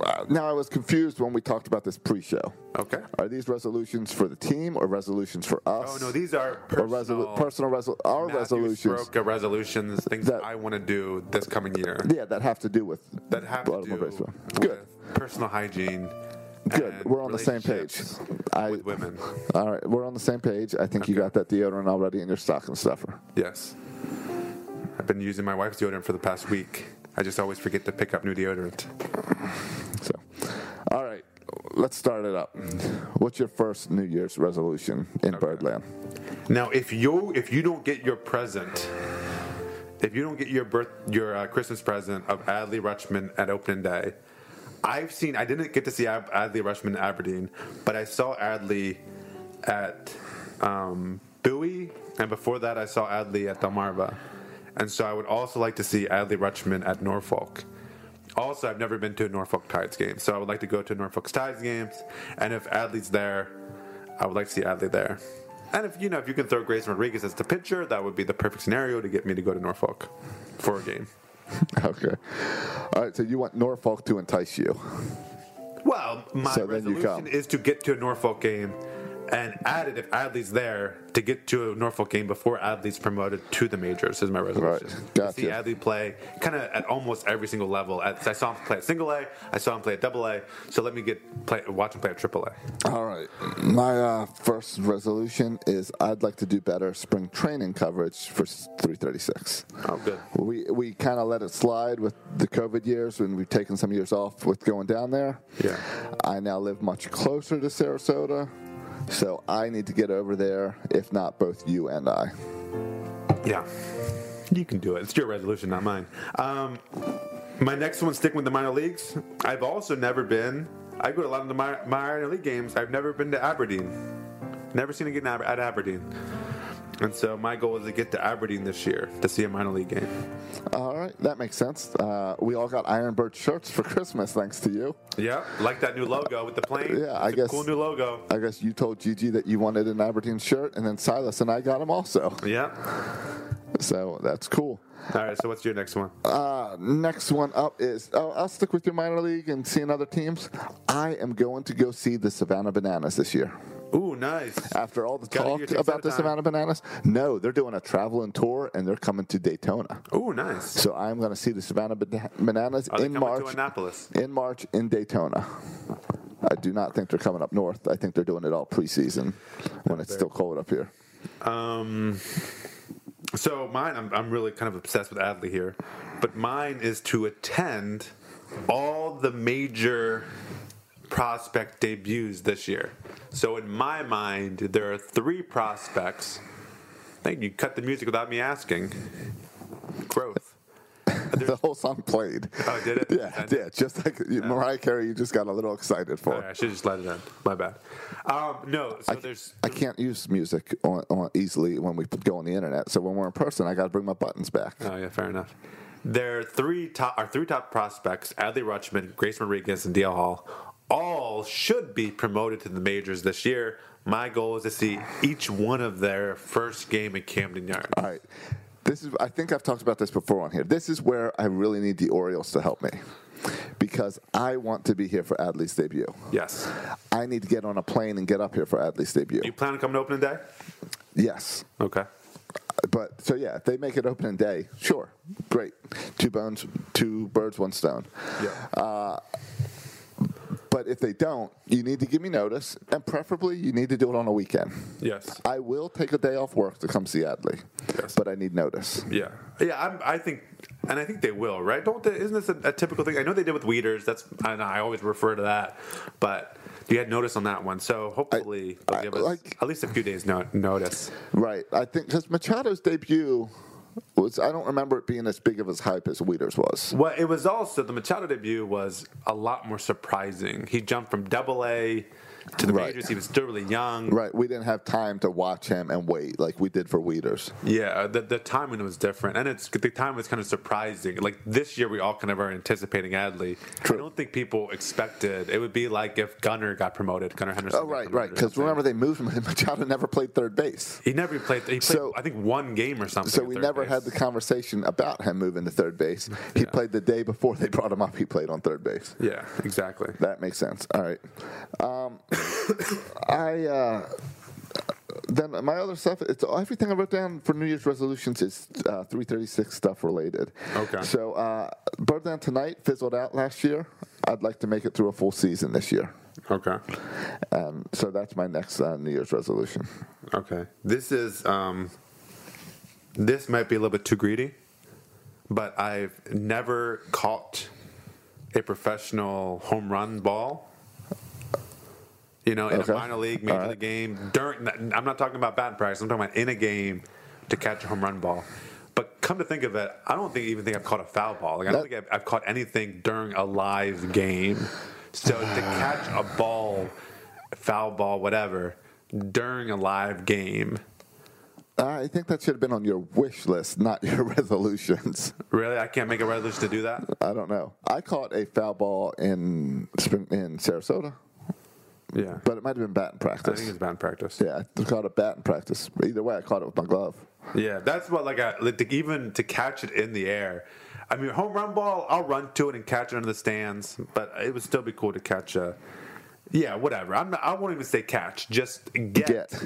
[SPEAKER 5] uh, now I was confused when we talked about this pre-show.
[SPEAKER 4] Okay.
[SPEAKER 5] Are these resolutions for the team or resolutions for us?
[SPEAKER 4] Oh no, these are
[SPEAKER 5] Or
[SPEAKER 4] personal,
[SPEAKER 5] resolu- personal resol- our
[SPEAKER 4] Matthew
[SPEAKER 5] resolutions.
[SPEAKER 4] Sroka resolutions, things that,
[SPEAKER 5] That-
[SPEAKER 4] I want to do this coming year.
[SPEAKER 5] Yeah, that have to do with
[SPEAKER 4] that have to do
[SPEAKER 5] Baltimore baseball.
[SPEAKER 4] with
[SPEAKER 5] Good,
[SPEAKER 4] personal hygiene.
[SPEAKER 5] good.
[SPEAKER 4] and
[SPEAKER 5] We're on the same page.
[SPEAKER 4] relationships
[SPEAKER 5] I,
[SPEAKER 4] with women.
[SPEAKER 5] All right, we're on the same page. I think you got that deodorant already in your stocking stuffer.
[SPEAKER 4] Yes. I've been using my wife's deodorant for the past week. I just always forget to pick up new deodorant.
[SPEAKER 5] So, all right, let's start it up. What's your first New Year's resolution in Birdland?
[SPEAKER 4] Now, if you if you don't get your present, if you don't get your birth your uh, Christmas present of Adley Rutschman at opening day, I've seen I didn't get to see Ab- Adley Rutschman in Aberdeen, but I saw Adley at um, Bowie, and before that I saw Adley at Delmarva, and so I would also like to see Adley Rutschman at Norfolk. Also, I've never been to a Norfolk Tides game, so I would like to go to Norfolk Tides games, and if Adley's there, I would like to see Adley there. And if you know, if you can throw Grayson Rodriguez as the pitcher, that would be the perfect scenario to get me to go to Norfolk for a game.
[SPEAKER 5] Okay. All right, so you want Norfolk to entice you.
[SPEAKER 4] Well, my
[SPEAKER 5] So then you
[SPEAKER 4] resolution
[SPEAKER 5] come.
[SPEAKER 4] is to get to a Norfolk game and add it if Adley's there to get to a Norfolk game before Adley's promoted to the majors is my resolution.
[SPEAKER 5] Right,
[SPEAKER 4] To See
[SPEAKER 5] gotcha.
[SPEAKER 4] Adley play kind of at almost every single level. At- I saw him play at single A, I saw him play at double A, so let me get play, watch him play at triple A.
[SPEAKER 5] All right, my uh, first resolution is I'd like to do better spring training coverage for 336.
[SPEAKER 4] Oh, good.
[SPEAKER 5] We we kind of let it slide with the COVID years when we've taken some years off with going down there.
[SPEAKER 4] Yeah.
[SPEAKER 5] I now live much closer to Sarasota, so I need to get over there. If not, both you and I.
[SPEAKER 4] Yeah. You can do it. It's your resolution, not mine. Um, my next one, sticking with the minor leagues. I've also never been. I go to a lot of the minor, minor league games. I've never been to Aberdeen. Never seen a game at Aberdeen. And so my goal is to get to Aberdeen this year to see a minor league game.
[SPEAKER 5] All right, that makes sense. Uh, we all got Iron Bird shirts for Christmas, thanks to you.
[SPEAKER 4] Yeah, like that new logo with the plane.
[SPEAKER 5] Yeah, I
[SPEAKER 4] It's a
[SPEAKER 5] guess-
[SPEAKER 4] cool new logo.
[SPEAKER 5] I guess you told Gigi that you wanted an Aberdeen shirt, and then Silas and I got them also.
[SPEAKER 4] Yeah.
[SPEAKER 5] So that's cool.
[SPEAKER 4] All right. So what's your next one?
[SPEAKER 5] Uh, next one up is oh, I'll stick with your minor league and seeing other teams. I am going to go see the Savannah Bananas this year.
[SPEAKER 4] Ooh, nice.
[SPEAKER 5] After all the
[SPEAKER 4] Gotta do
[SPEAKER 5] talk
[SPEAKER 4] your takes at
[SPEAKER 5] about
[SPEAKER 4] a
[SPEAKER 5] the
[SPEAKER 4] time.
[SPEAKER 5] Savannah Bananas, no, they're doing a traveling tour and they're coming to Daytona.
[SPEAKER 4] Ooh, nice.
[SPEAKER 5] So I'm going to see the Savannah Bana- Bananas
[SPEAKER 4] Are they
[SPEAKER 5] in
[SPEAKER 4] coming
[SPEAKER 5] March.
[SPEAKER 4] to Annapolis?
[SPEAKER 5] in March in Daytona. I do not think they're coming up north. I think they're doing it all preseason when it's still cold up here.
[SPEAKER 4] Um, so mine, I'm, I'm really kind of obsessed with Adley here, but mine is to attend all the major prospect debuts this year. So in my mind, there are three prospects. Thank you. Cut the music without me asking. Growth.
[SPEAKER 5] the whole song played.
[SPEAKER 4] Oh, did it?
[SPEAKER 5] Yeah, yeah. Just like you- Mariah Carey, you just got a little excited for.
[SPEAKER 4] All right, I should just let it in. My bad. Um, no, so there's
[SPEAKER 5] I can't use music on, on easily when we go on the internet. So when we're in person, I got to bring my buttons back.
[SPEAKER 4] Oh yeah, fair enough. There are three top our three top prospects: Adley Rutschman, Grace Rodriguez, and DL Hall. All should be promoted to the majors this year. My goal is to see each one of their first game at Camden Yards.
[SPEAKER 5] All right. This is I think I've talked about this before on here. This is where I really need the Orioles to help me because I want to be here for Adley's debut.
[SPEAKER 4] Yes.
[SPEAKER 5] I need to get on a plane and get up here for Adley's debut.
[SPEAKER 4] You plan on coming opening day?
[SPEAKER 5] yes.
[SPEAKER 4] Okay.
[SPEAKER 5] But so yeah, if they make it opening day, sure, great. Two bones, two birds, one stone. Uh,
[SPEAKER 4] Yeah.
[SPEAKER 5] But if they don't, you need to give me notice, and preferably you need to do it on a weekend.
[SPEAKER 4] yes.
[SPEAKER 5] I will take a day off work to come see Adley,
[SPEAKER 4] Yes.
[SPEAKER 5] but I need notice.
[SPEAKER 4] Yeah, yeah. I'm, I think, and I think they will, right? Don't they, isn't this a, a typical thing? I know they did with weeders. That's and I always refer to that, but you had notice on that one. So hopefully they'll
[SPEAKER 5] I-
[SPEAKER 4] give us
[SPEAKER 5] like-
[SPEAKER 4] at least a few days no, notice.
[SPEAKER 5] Right. I think because Machado's debut was, I don't remember it being as big of a hype as Weeder's was.
[SPEAKER 4] Well, it was also the Machado debut was a lot more surprising. He jumped from Double A to the
[SPEAKER 5] Right.
[SPEAKER 4] majors. He was still really young.
[SPEAKER 5] Right. We didn't have time to watch him and wait like we did for Weeder's.
[SPEAKER 4] Yeah, the, the timing was different, and it's the time was kind of surprising. Like this year, we all kind of are anticipating Adley.
[SPEAKER 5] True.
[SPEAKER 4] I don't think people expected it would be like if Gunner got promoted. Gunner Henderson.
[SPEAKER 5] Oh,
[SPEAKER 4] got
[SPEAKER 5] right,
[SPEAKER 4] promoted
[SPEAKER 5] right.
[SPEAKER 4] or
[SPEAKER 5] Because
[SPEAKER 4] something.
[SPEAKER 5] remember, they moved him, and Machado never played third base.
[SPEAKER 4] He never played. He played,
[SPEAKER 5] So-
[SPEAKER 4] I think, one game or something.
[SPEAKER 5] So
[SPEAKER 4] at
[SPEAKER 5] we
[SPEAKER 4] third
[SPEAKER 5] never
[SPEAKER 4] base.
[SPEAKER 5] had the conversation about him moving to third base. He played the day before they brought him up, he played on third base.
[SPEAKER 4] Yeah, exactly.
[SPEAKER 5] That makes sense. All right. Um, I uh, then my other stuff. It's everything I wrote down for New Year's resolutions is uh, three thirty six stuff related.
[SPEAKER 4] Okay.
[SPEAKER 5] So uh, Bird Down tonight fizzled out last year. I'd like to make it through a full season this year.
[SPEAKER 4] Okay,
[SPEAKER 5] Um, so that's my next uh, New Year's resolution.
[SPEAKER 4] okay. This is um, this might be a little bit too greedy, but I've never caught a professional home run ball. You know, in
[SPEAKER 5] Okay.
[SPEAKER 4] a minor league, major
[SPEAKER 5] All right.
[SPEAKER 4] league game. During, I'm not talking about batting practice. I'm talking about in a game to catch a home run ball. But come to think of it, I don't think even think I've caught a foul ball. Like I don't
[SPEAKER 5] That-
[SPEAKER 4] think I've, I've caught anything during a live game. So
[SPEAKER 5] Ah.
[SPEAKER 4] to catch a ball, foul ball, whatever, during a live game.
[SPEAKER 5] I think that should have been on your wish list, not your resolutions.
[SPEAKER 4] Really, I can't make a resolution to do that.
[SPEAKER 5] I don't know. I caught a foul ball in Spring- in Sarasota,
[SPEAKER 4] Yeah,
[SPEAKER 5] but it might have been batting
[SPEAKER 4] I
[SPEAKER 5] practice.
[SPEAKER 4] think it's batting practice.
[SPEAKER 5] Yeah, I caught a bat in practice. Either way, I caught it with my glove.
[SPEAKER 4] Yeah, that's what like, I, like to, even to catch it in the air. I mean, home run ball, I'll run to it and catch it under the stands, but it would still be cool to catch a. Yeah, whatever. I'm not, I won't even say catch. Just get,
[SPEAKER 5] Get.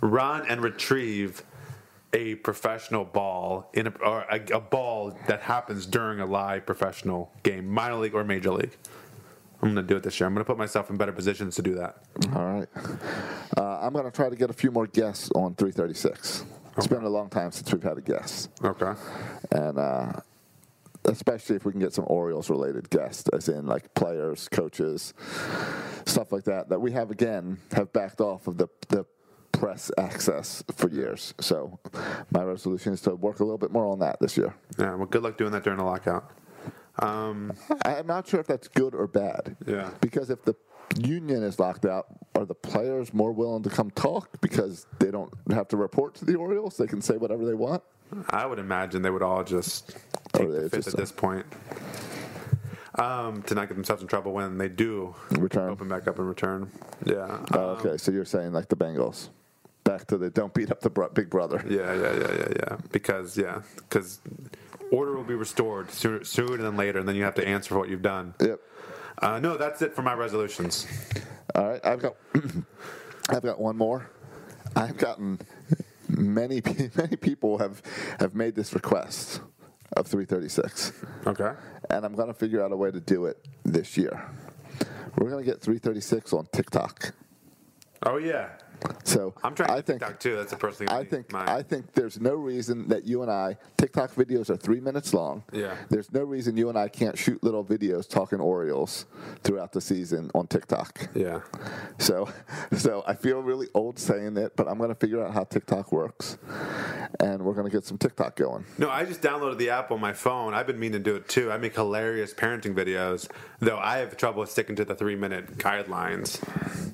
[SPEAKER 4] run, and retrieve a professional ball in a, or a, a ball that happens during a live professional game, minor league or major league. I'm gonna do it this year. I'm gonna put myself in better positions to do that.
[SPEAKER 5] All right. Uh, I'm going to try to get a few more guests on 336. It's been a long time since we've had a guest.
[SPEAKER 4] Okay.
[SPEAKER 5] And uh, especially if we can get some Orioles related guests, as in like players, coaches, stuff like that, that we have again have backed off of the, the press access for years. So my resolution is to work a little bit more on that this year.
[SPEAKER 4] Yeah. Well, good luck doing that during the lockout. Um,
[SPEAKER 5] I'm not sure if that's good or bad.
[SPEAKER 4] Yeah.
[SPEAKER 5] Because if the union is locked out, are the players more willing to come talk because they don't have to report to the Orioles? They can say whatever they want.
[SPEAKER 4] I would imagine they would all just
[SPEAKER 5] Or
[SPEAKER 4] take
[SPEAKER 5] they
[SPEAKER 4] the fifth
[SPEAKER 5] Oh, just,
[SPEAKER 4] at this point um, to not get themselves in trouble when they do
[SPEAKER 5] Return.
[SPEAKER 4] open back up and return. Yeah.
[SPEAKER 5] Oh, okay, so you're saying like the Bengals, back to the don't beat up the bro- big brother.
[SPEAKER 4] Yeah, yeah, yeah, yeah, yeah. Because yeah, because order will be restored sooner, sooner than later, and then you have to answer for what you've done.
[SPEAKER 5] Yep.
[SPEAKER 4] Uh, no, that's it for my resolutions.
[SPEAKER 5] All right, I've got, I've got one more. I've gotten many pe- many people have have made this request of 336.
[SPEAKER 4] Okay.
[SPEAKER 5] and I'm gonna figure out a way to do it this year. We're gonna get 336 on TikTok.
[SPEAKER 4] Oh yeah,
[SPEAKER 5] So
[SPEAKER 4] I'm trying. To
[SPEAKER 5] I think
[SPEAKER 4] TikTok too. That's the first thing.
[SPEAKER 5] I
[SPEAKER 4] need.
[SPEAKER 5] think
[SPEAKER 4] Mine.
[SPEAKER 5] I think there's no reason that you and I TikTok videos are three minutes long.
[SPEAKER 4] Yeah.
[SPEAKER 5] There's no reason you and I can't shoot little videos talking Orioles throughout the season on TikTok.
[SPEAKER 4] Yeah.
[SPEAKER 5] So, so I feel really old saying it, but I'm gonna figure out how TikTok works, and we're gonna get some TikTok going.
[SPEAKER 4] No, I just downloaded the app on my phone. I've been meaning to do it too. I make hilarious parenting videos, though I have trouble sticking to the three minute guidelines.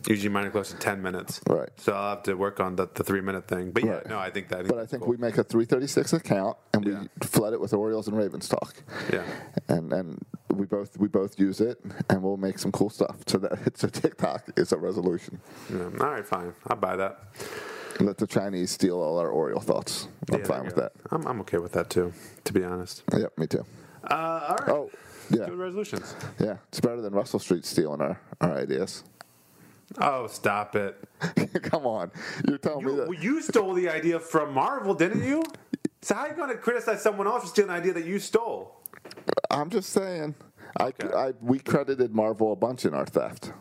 [SPEAKER 4] Usually mine are close to 10 minutes.
[SPEAKER 5] Right.
[SPEAKER 4] So I'll have to work on the, the three minute thing. But yeah,
[SPEAKER 5] Right.
[SPEAKER 4] no, I think that.
[SPEAKER 5] But I think we make a 336 account and we
[SPEAKER 4] Yeah.
[SPEAKER 5] flood it with Orioles and Ravens talk.
[SPEAKER 4] Yeah.
[SPEAKER 5] And and we both we both use it and we'll make some cool stuff. So that so TikTok is a resolution.
[SPEAKER 4] we. all right, fine. I'll buy that.
[SPEAKER 5] Let the Chinese steal all our Oriole thoughts. I'm
[SPEAKER 4] Yeah, there
[SPEAKER 5] fine
[SPEAKER 4] you
[SPEAKER 5] with
[SPEAKER 4] go.
[SPEAKER 5] that.
[SPEAKER 4] I'm, I'm okay with that too, to be honest.
[SPEAKER 5] Yep, me too.
[SPEAKER 4] Uh, all right.
[SPEAKER 5] Oh, yeah,
[SPEAKER 4] Good resolutions.
[SPEAKER 5] yeah. It's better than Russell Street stealing our, our ideas.
[SPEAKER 4] Oh, stop it.
[SPEAKER 5] Come on, you're telling me
[SPEAKER 4] You,
[SPEAKER 5] that.
[SPEAKER 4] you stole the idea from Marvel, didn't you? So how are you going to criticize someone else for stealing an idea that you stole?
[SPEAKER 5] I'm just saying. I,
[SPEAKER 4] Okay.
[SPEAKER 5] I, we credited Marvel a bunch in our theft.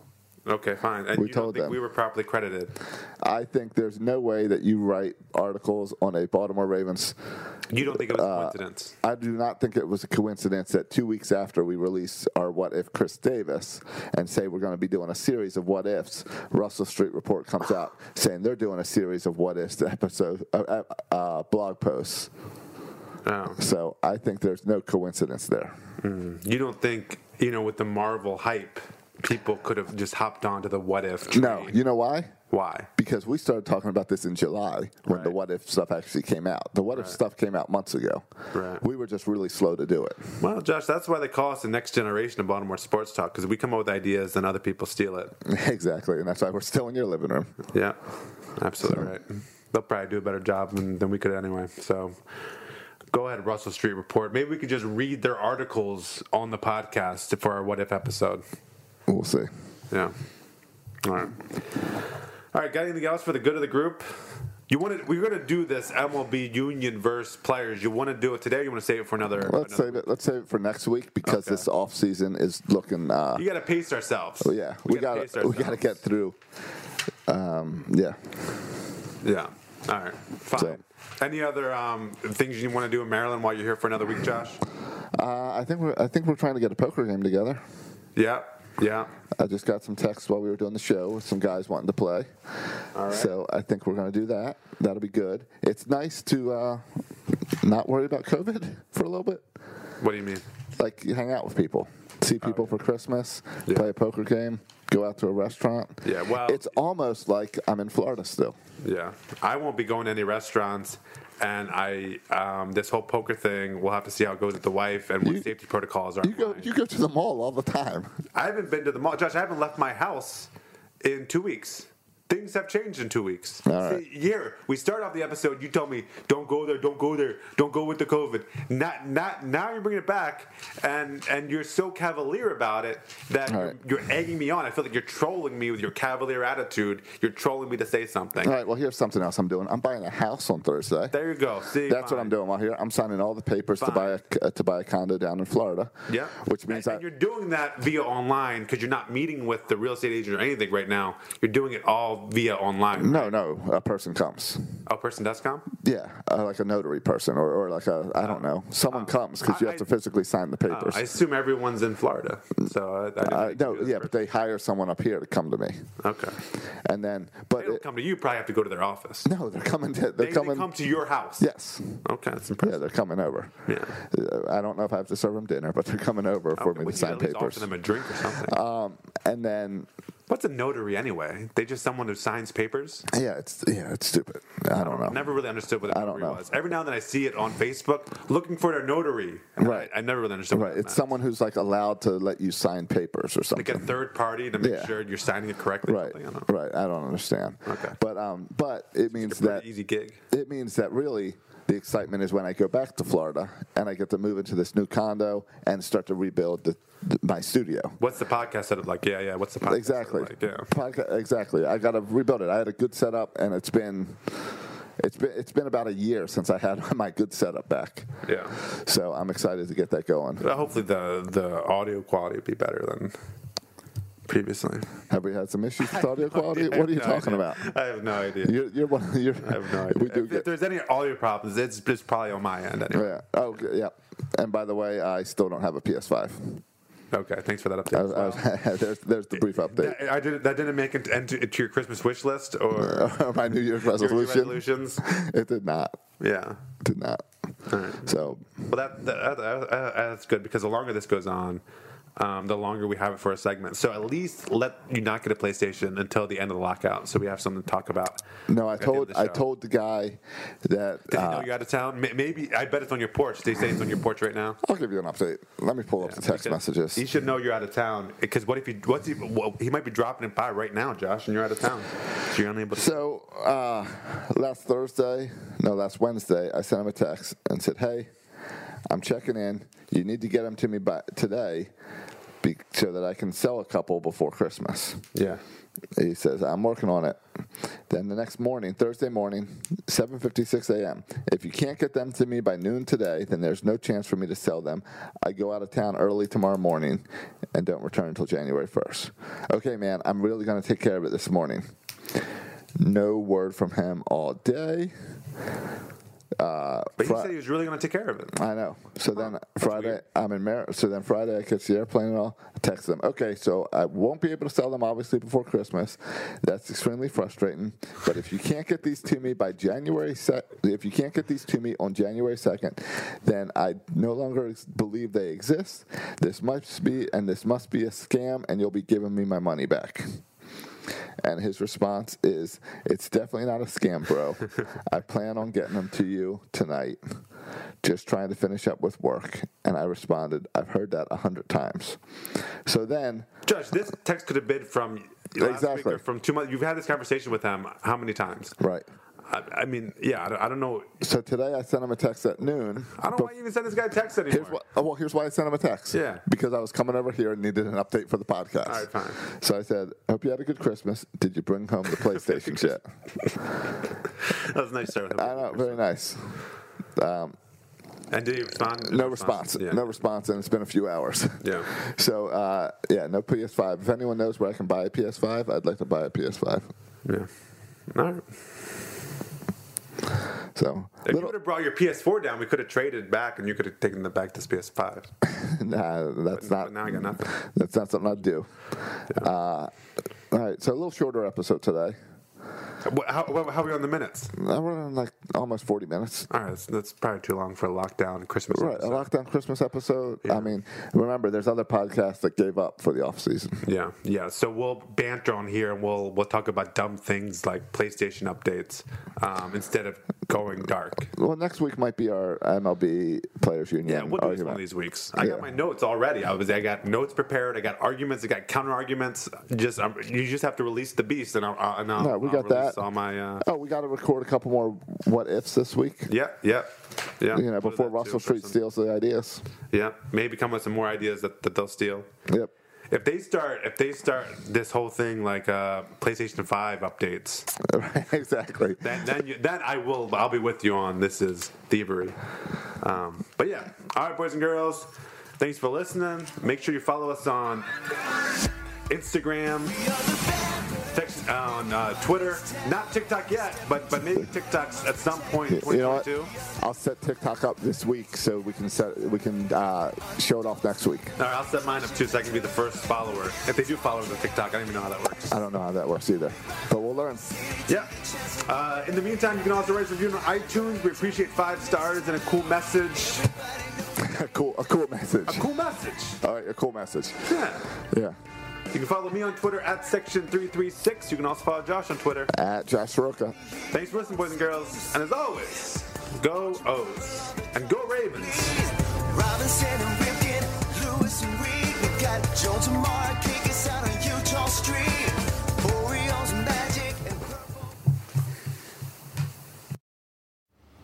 [SPEAKER 4] Okay, fine. And
[SPEAKER 5] We
[SPEAKER 4] you don't
[SPEAKER 5] told
[SPEAKER 4] think
[SPEAKER 5] them.
[SPEAKER 4] we were properly credited.
[SPEAKER 5] I think there's no way that you write articles on a Baltimore Ravens.
[SPEAKER 4] You don't think it was a coincidence.
[SPEAKER 5] I do not think it was a coincidence that two weeks after we release our What If Chris Davis and say we're going to be doing a series of What Ifs, Russell Street Report comes out saying they're doing a series of What Ifs episode uh, uh, uh, blog posts.
[SPEAKER 4] Oh.
[SPEAKER 5] So I think there's no coincidence there.
[SPEAKER 4] You don't think, you know, with the Marvel hype, people could have just hopped onto the what if train.
[SPEAKER 5] No, you know why?
[SPEAKER 4] Why?
[SPEAKER 5] Because we started talking about this in July when the
[SPEAKER 4] Right.
[SPEAKER 5] What If stuff actually came out. The What If stuff came out months ago.
[SPEAKER 4] Right.
[SPEAKER 5] We were just really slow to do it.
[SPEAKER 4] Well, Josh, that's why they call us the next generation of Baltimore sports talk because we come up with ideas and other people steal it.
[SPEAKER 5] Exactly, and that's why we're still in your living room.
[SPEAKER 4] Yeah, absolutely right. They'll probably do a better job than, than we could anyway. So go ahead, Russell Street Report. Maybe we could just read their articles on the podcast for our What If episode.
[SPEAKER 5] We'll see.
[SPEAKER 4] Yeah. All right. All right, got anything else for the good of the group? You want to? We're going to do this MLB Union versus players. You want to do it today? or You want to save it for another?
[SPEAKER 5] Let's
[SPEAKER 4] another-
[SPEAKER 5] save it. Let's save it for next week because
[SPEAKER 4] Okay.
[SPEAKER 5] this off season is looking. Uh,
[SPEAKER 4] You got to pace ourselves.
[SPEAKER 5] Oh, yeah, we
[SPEAKER 4] gotta
[SPEAKER 5] got
[SPEAKER 4] pace
[SPEAKER 5] to we got to
[SPEAKER 4] ourselves.
[SPEAKER 5] get through. Um, yeah,
[SPEAKER 4] Yeah. All right. Fine.
[SPEAKER 5] So-
[SPEAKER 4] Any other um, things you want to do in Maryland while you're here for another week, Josh?
[SPEAKER 5] uh, I think we're I think we're trying to get a poker game together.
[SPEAKER 4] Yeah. Yeah.
[SPEAKER 5] I just got some texts while we were doing the show with some guys wanting to play.
[SPEAKER 4] All right.
[SPEAKER 5] So I think we're going to do that. That'll be good. It's nice to uh, not worry about COVID for a little bit.
[SPEAKER 4] What do you mean?
[SPEAKER 5] Like you hang out with people, see people for Christmas,
[SPEAKER 4] Oh, Yeah.
[SPEAKER 5] play a poker game, go out to a restaurant.
[SPEAKER 4] Yeah, well-
[SPEAKER 5] it's almost like I'm in Florida still.
[SPEAKER 4] Yeah. I won't be going to any restaurants. And I, um, this whole poker thing, we'll have to see how it goes with the wife and what
[SPEAKER 5] You-
[SPEAKER 4] safety protocols are.
[SPEAKER 5] You go,
[SPEAKER 4] applying.
[SPEAKER 5] you go to the mall all the time.
[SPEAKER 4] I haven't been to the mall, Josh. I haven't left my house in two weeks. Things have changed in two weeks.
[SPEAKER 5] All right.
[SPEAKER 4] See, year. We started off the episode. You told me, "Don't go there. Don't go there. Don't go with the COVID." Not, not. Now you're bringing it back, and and you're so cavalier about it that
[SPEAKER 5] All
[SPEAKER 4] you're,
[SPEAKER 5] right.
[SPEAKER 4] you're egging me on. I feel like you're trolling me with your cavalier attitude. You're trolling me to say something.
[SPEAKER 5] All right, well, here's something else I'm doing. I'm buying a house on Thursday.
[SPEAKER 4] There you go. See,
[SPEAKER 5] That's what
[SPEAKER 4] fine.
[SPEAKER 5] I'm doing while here. I'm signing all the papers to buy a, to buy a condo down in Florida.
[SPEAKER 4] Yeah,
[SPEAKER 5] which means
[SPEAKER 4] and,
[SPEAKER 5] I,
[SPEAKER 4] and you're doing that via online because you're not meeting with the real estate agent or anything right now. You're doing it all via online.
[SPEAKER 5] no, no, a person comes.
[SPEAKER 4] Oh, person.com?
[SPEAKER 5] Yeah, uh, like a notary person, or, or like a I don't know, someone comes because you
[SPEAKER 4] Oh. I- Oh,
[SPEAKER 5] have to physically sign the papers.
[SPEAKER 4] I assume everyone's in Florida. So I, I didn't
[SPEAKER 5] Uh,
[SPEAKER 4] think you
[SPEAKER 5] no,
[SPEAKER 4] were the
[SPEAKER 5] yeah, but they hire someone up here to come to me,
[SPEAKER 4] first- okay.
[SPEAKER 5] and then but
[SPEAKER 4] They don't
[SPEAKER 5] it-
[SPEAKER 4] come to you. you. Probably have to go to their office.
[SPEAKER 5] no, they're coming. To, they're
[SPEAKER 4] they, they
[SPEAKER 5] coming.
[SPEAKER 4] come to your house.
[SPEAKER 5] yes.
[SPEAKER 4] Okay, that's
[SPEAKER 5] Yeah,
[SPEAKER 4] impressive.
[SPEAKER 5] they're coming over.
[SPEAKER 4] Yeah.
[SPEAKER 5] Uh, I don't know if I have to serve them dinner, but they're coming over for
[SPEAKER 4] Okay,
[SPEAKER 5] me
[SPEAKER 4] we
[SPEAKER 5] to
[SPEAKER 4] should
[SPEAKER 5] sign
[SPEAKER 4] at least
[SPEAKER 5] papers.
[SPEAKER 4] Offer them a drink or something.
[SPEAKER 5] Um, and then,
[SPEAKER 4] What's a notary anyway? They just someone who signs papers.
[SPEAKER 5] yeah, it's yeah, it's stupid. I don't know.
[SPEAKER 4] Never really understood what a
[SPEAKER 5] I don't
[SPEAKER 4] notary
[SPEAKER 5] know.
[SPEAKER 4] was. Every now and then I see it on Facebook looking for a notary. And
[SPEAKER 5] Right.
[SPEAKER 4] I, I never really understood.
[SPEAKER 5] Right,
[SPEAKER 4] what
[SPEAKER 5] it's someone who's like allowed to let you sign papers or something.
[SPEAKER 4] like a third party to make
[SPEAKER 5] Yeah.
[SPEAKER 4] sure you're signing it correctly. or
[SPEAKER 5] right,
[SPEAKER 4] something. I don't know.
[SPEAKER 5] right. I don't understand.
[SPEAKER 4] Okay.
[SPEAKER 5] but um, but it means
[SPEAKER 4] Pretty
[SPEAKER 5] that
[SPEAKER 4] easy gig.
[SPEAKER 5] it means that really the excitement is when I go back to Florida and I get to move into this new condo and start to rebuild the, the, my studio.
[SPEAKER 4] What's the podcast setup like? Yeah, yeah. What's the podcast
[SPEAKER 5] Exactly.
[SPEAKER 4] Setup like? Yeah.
[SPEAKER 5] Podca- exactly. I got to rebuild it. I had a good setup, and it's been it's been it's been about a year since I had my good setup back.
[SPEAKER 4] Yeah.
[SPEAKER 5] So I'm excited to get that going.
[SPEAKER 4] Well, hopefully the the audio quality will be better than previously.
[SPEAKER 5] Have we had some issues with audio quality? What are you
[SPEAKER 4] I have no
[SPEAKER 5] talking
[SPEAKER 4] idea.
[SPEAKER 5] about?
[SPEAKER 4] I have no idea.
[SPEAKER 5] You're, you're one. You're,
[SPEAKER 4] I have no idea.
[SPEAKER 5] We do
[SPEAKER 4] if, if
[SPEAKER 5] get.
[SPEAKER 4] there's any audio problems, it's, it's probably on my end anyway.
[SPEAKER 5] Yeah. Oh, g- yeah. And by the way, I still don't have a PS5.
[SPEAKER 4] Okay, thanks for that update.
[SPEAKER 5] I
[SPEAKER 4] as
[SPEAKER 5] was, I
[SPEAKER 4] well.
[SPEAKER 5] was, there's, there's the brief update.
[SPEAKER 4] that, I did, that didn't make it into, into your Christmas wish list or
[SPEAKER 5] my New Year's
[SPEAKER 4] your
[SPEAKER 5] resolution.
[SPEAKER 4] resolutions.
[SPEAKER 5] It did not.
[SPEAKER 4] Yeah.
[SPEAKER 5] Did not. So
[SPEAKER 4] Well, that, that, that- that- that's good because the longer this goes on, um, the longer we have it for a segment. So at least let you not get a PlayStation until the end of the lockout, so we have something to talk about.
[SPEAKER 5] no, I
[SPEAKER 4] at the end of
[SPEAKER 5] told
[SPEAKER 4] the
[SPEAKER 5] I
[SPEAKER 4] show.
[SPEAKER 5] told the guy that
[SPEAKER 4] Did he
[SPEAKER 5] uh,
[SPEAKER 4] know you're out of town? May- Maybe I bet it's on your porch. They say it's on your porch right now.
[SPEAKER 5] I'll give you an update. Let me pull up the text
[SPEAKER 4] Because
[SPEAKER 5] messages.
[SPEAKER 4] He should know you're out of town because what if he what's he? Well, he might be dropping it by right now, Josh, and you're out of town. You're unable to.
[SPEAKER 5] So uh, last Thursday, no, last Wednesday, I sent him a text and said, "Hey, I'm checking in. You need to get them to me by today, be, so that I can sell a couple before Christmas."
[SPEAKER 4] yeah.
[SPEAKER 5] He says, "I'm working on it." Then the next morning, Thursday morning, 7:56 a.m. If you can't get them to me by noon today, then there's no chance for me to sell them. I go out of town early tomorrow morning, and don't return until January 1st. Okay, man, I'm really going to take care of it this morning. No word from him all day.
[SPEAKER 4] But he
[SPEAKER 5] Fri-
[SPEAKER 4] said he was really going to take care of it.
[SPEAKER 5] I know. So then Friday, I'm in Maryland. So then Friday, I catch the airplane and I'll text them. Okay, so I won't be able to sell them obviously before Christmas. That's extremely frustrating. But if you can't get these to me by January, se- if you can't get these to me on January 2nd, then I no longer ex- believe they exist. This must be and this must be a scam, and you'll be giving me my money back. And his response is, "It's definitely not a scam, bro. I plan on getting them to you tonight. Just trying to finish up with work." And I responded, "I've heard that a hundred times." So then,
[SPEAKER 4] Judge, this text could have been from last week
[SPEAKER 5] Exactly.
[SPEAKER 4] or from two months. You've had this conversation with him how many times?
[SPEAKER 5] right.
[SPEAKER 4] I, I mean, yeah, I don't, I don't know.
[SPEAKER 5] So today, I sent him a text at noon.
[SPEAKER 4] I don't know why you even send this guy a text anymore.
[SPEAKER 5] Here's what, oh, well, here's why I sent him a text.
[SPEAKER 4] Yeah.
[SPEAKER 5] Because I was coming over here and needed an update for the podcast.
[SPEAKER 4] All right, fine.
[SPEAKER 5] So I said, "Hope you had a good Christmas. Did you bring home the PlayStation shit?"
[SPEAKER 4] That was nice, sir.
[SPEAKER 5] I know, very nice.
[SPEAKER 4] And did he respond?
[SPEAKER 5] No response.
[SPEAKER 4] Yeah.
[SPEAKER 5] No response, and it's been a few hours.
[SPEAKER 4] Yeah.
[SPEAKER 5] So uh, yeah, no PS5. If anyone knows where I can buy a PS5, I'd like to buy a PS5.
[SPEAKER 4] Yeah. All right.
[SPEAKER 5] So
[SPEAKER 4] If you
[SPEAKER 5] little,
[SPEAKER 4] would have brought your PS4 down, we could have traded back, and you could have taken the back to PS5.
[SPEAKER 5] nah, that's
[SPEAKER 4] But
[SPEAKER 5] not.
[SPEAKER 4] now I got nothing.
[SPEAKER 5] That's not something I'd do. Uh, all right, so a little shorter episode today.
[SPEAKER 4] What, how, what, how are we on the minutes?
[SPEAKER 5] I'm running like almost 40 minutes.
[SPEAKER 4] All right, that's, that's probably too long for a lockdown Christmas.
[SPEAKER 5] Right,
[SPEAKER 4] episode.
[SPEAKER 5] a lockdown Christmas episode.
[SPEAKER 4] Yeah.
[SPEAKER 5] I mean, remember, there's other podcasts that gave up for the off season.
[SPEAKER 4] Yeah, yeah. So we'll banter on here, and we'll we'll talk about dumb things like PlayStation updates um, instead of going dark.
[SPEAKER 5] Well, next week might be our MLB Players Union.
[SPEAKER 4] Yeah, we'll do this one
[SPEAKER 5] argument.
[SPEAKER 4] of these weeks. I
[SPEAKER 5] Oh, Yeah.
[SPEAKER 4] got my notes already. I was I got notes prepared. I got arguments. I got counter arguments. Just um, you just have to release the beast, and I'll, I'll, and I'll,
[SPEAKER 5] No, we
[SPEAKER 4] I'll
[SPEAKER 5] got
[SPEAKER 4] release
[SPEAKER 5] that.
[SPEAKER 4] All my uh,
[SPEAKER 5] Oh, we got to record a couple more what ifs this week.
[SPEAKER 4] yeah, yeah, yeah.
[SPEAKER 5] You know,
[SPEAKER 4] We'll do
[SPEAKER 5] before
[SPEAKER 4] that too
[SPEAKER 5] Russell
[SPEAKER 4] for
[SPEAKER 5] Street
[SPEAKER 4] some-
[SPEAKER 5] steals the ideas.
[SPEAKER 4] Yeah, maybe come with some more ideas that, that they'll steal.
[SPEAKER 5] Yep.
[SPEAKER 4] If they start, if they start this whole thing like uh, PlayStation Five updates,
[SPEAKER 5] exactly.
[SPEAKER 4] then then, you, then I will I'll be with you on this is thievery. Um, but yeah, all right, boys and girls, thanks for listening. Make sure you follow us on Instagram, text, on uh, Twitter, not TikTok yet, but but maybe TikToks at some point. in
[SPEAKER 5] You know what?
[SPEAKER 4] 2022.
[SPEAKER 5] I'll set TikTok up this week so we can set we can uh, show it off next week.
[SPEAKER 4] All right, I'll set mine up too, so I can be the first follower. If they do follow me on TikTok, I don't even know how that works.
[SPEAKER 5] I don't know how that works either, but we'll learn.
[SPEAKER 4] Yeah. Uh, in the meantime, you can also rate a review on iTunes. We appreciate five stars and a cool message.
[SPEAKER 5] a cool, a cool message.
[SPEAKER 4] A cool message.
[SPEAKER 5] All right, a cool message.
[SPEAKER 4] Yeah.
[SPEAKER 5] Yeah.
[SPEAKER 4] You can follow me on Twitter at section336. You can also follow Josh on Twitter.
[SPEAKER 5] At Josh Soroka.
[SPEAKER 4] Thanks for listening, boys and girls. And as always, go O's and go Ravens.
[SPEAKER 3] Robinson and Ripken, Lewis and Reed. We got Jones and Mark, kick us out on Utah Street. Orioles and Magic and purple.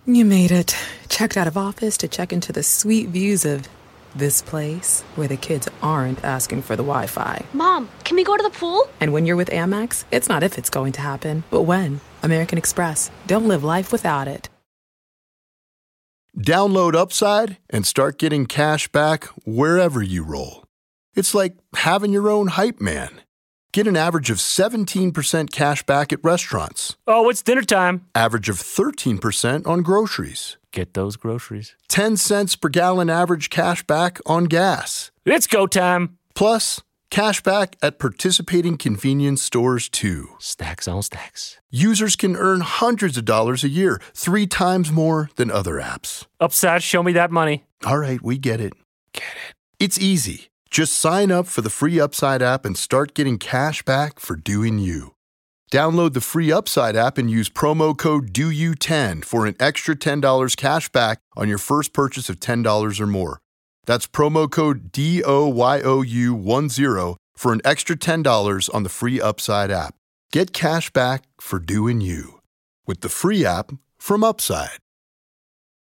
[SPEAKER 6] You made it. Checked out of office to check into the sweet views of this place where the kids aren't asking for the Wi Fi.
[SPEAKER 7] Mom, can we go to the pool?
[SPEAKER 6] And when you're with Amex, it's not if it's going to happen, but when. American Express. Don't live life without it.
[SPEAKER 8] Download Upside and start getting cash back wherever you roll. It's like having your own hype man. Get an average of 17% cash back at restaurants,
[SPEAKER 9] Oh, it's dinner time.
[SPEAKER 8] average of 13% on groceries,
[SPEAKER 9] Get those groceries.
[SPEAKER 8] 10 cents per gallon average cash back on gas,
[SPEAKER 9] It's go time.
[SPEAKER 8] plus cash back at participating convenience stores too.
[SPEAKER 9] Stacks on stacks.
[SPEAKER 8] Users can earn hundreds of dollars a year, three times more than other apps.
[SPEAKER 9] Upside, show me that money.
[SPEAKER 8] All right, we get it. Get it. It's easy. Just sign up for the free Upside app and start getting cash back for doing you. Download the free Upside app and use promo code DOYOU10 for an extra $10 cash back on your first purchase of $10 or more. That's promo code DOYOU10 for an extra $10 on the free Upside app.
[SPEAKER 5] Get cash back for doing you with the free app from Upside.